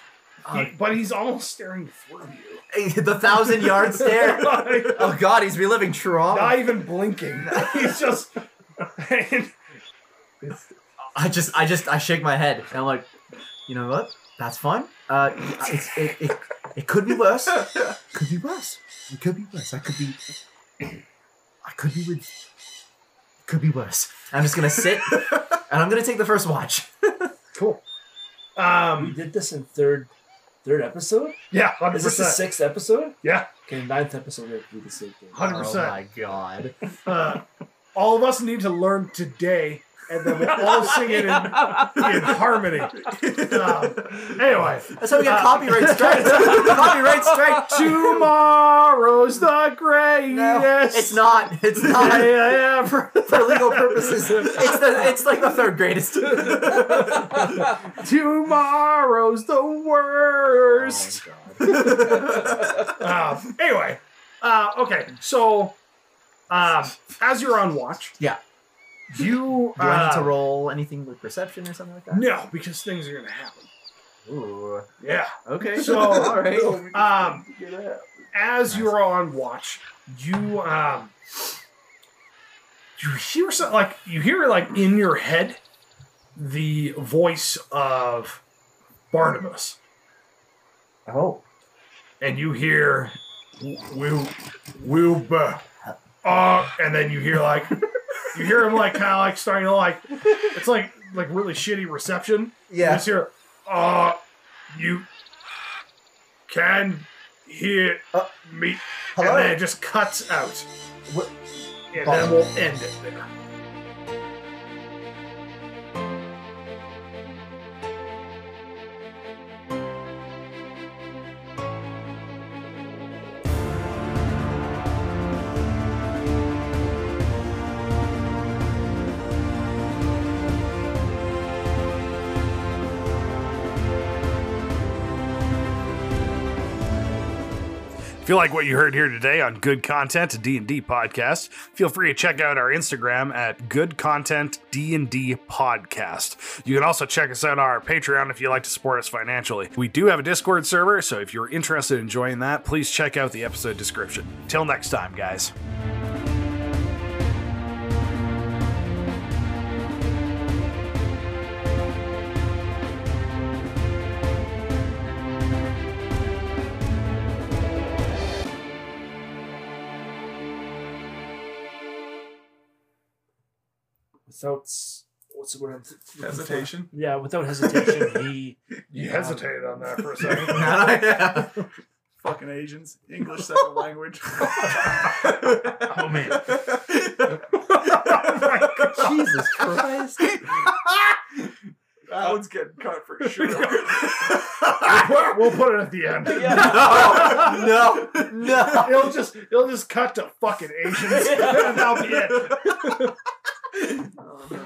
S1: He- but he's almost staring through you,
S4: the (laughs) thousand yard
S1: (laughs)
S3: (laughs)
S4: stare. Oh God, he's reliving trauma.
S1: not even blinking.
S4: (laughs)
S1: he's just.
S4: I just, I just, I shake my head and I'm like, you know what? That's fine. Uh, it's, it, it, it could be worse. Could be worse. It could be worse. I could be, I could be with, could be worse. I'm just gonna sit and I'm gonna take the first watch.
S1: cool.
S2: we
S1: Um,
S2: did this in third third episode?
S1: Yeah, hundred
S2: Is this the
S1: percent.
S2: sixth episode?
S1: Yeah.
S2: Okay, ninth episode, we have to do the same thing.
S1: Hundred
S4: Oh
S1: percent.
S4: my god.
S1: Uh, all of us need to learn today, and then we'll all sing
S4: (laughs)
S1: it in, in harmony. Um, anyway,
S4: That's how we get
S1: Uh, (laughs)
S4: copyright strike. copyright strike.
S1: tomorrow's the greatest.
S4: No, it's not. It's not.
S1: day ever.
S4: For legal purposes, it's the it's like the third greatest.
S1: Tomorrow's the worst. um, anyway, uh, okay, so um, as you're on watch,
S4: Yeah.
S1: you
S4: Do I need to
S1: uh,
S4: roll anything with perception or something like that?
S1: no because things are gonna happen.
S4: Ooh.
S1: Yeah.
S4: Okay.
S1: So-
S4: (laughs) all right.
S1: Um, as you're on watch, you um, you hear something like you hear like in your head the voice of Barnabas.
S4: Oh.
S1: and you hear Wil Wilbur, uh, and then you hear like you hear him like kind of like starting to like it's like like really shitty reception. You
S4: Yeah.
S1: just hear uh, you can hear
S4: Uh,
S1: me,
S4: hello?
S1: and then it just cuts out.
S4: What- Oh.
S1: And then we'll end it there.
S6: If you like what you heard here today on Good Content a D&D Podcast, feel free to check out our Instagram at Good Content D&D Podcast. You can also check us out on our Patreon if you'd like to support us financially. We do have a Discord server, so if you're interested in joining that, please check out the episode description. Till next time, guys.
S2: Without s- what's the word? I'm-
S8: Hesitation.
S2: Yeah, without hesitation, he
S1: You hesitated on that for a (laughs) second.
S4: yeah.
S8: (laughs) Fucking Asians. English second language.
S1: (laughs) oh
S8: (laughs)
S1: man.
S4: Jesus Christ.
S8: That one's getting cut for
S1: (laughs)
S8: sure. (laughs)
S1: We'll- we'll put it at the (laughs) end.
S4: No. No. No.
S1: It'll just it'll (laughs) just cut to fucking Asians and that'll be it.
S8: Oh, no.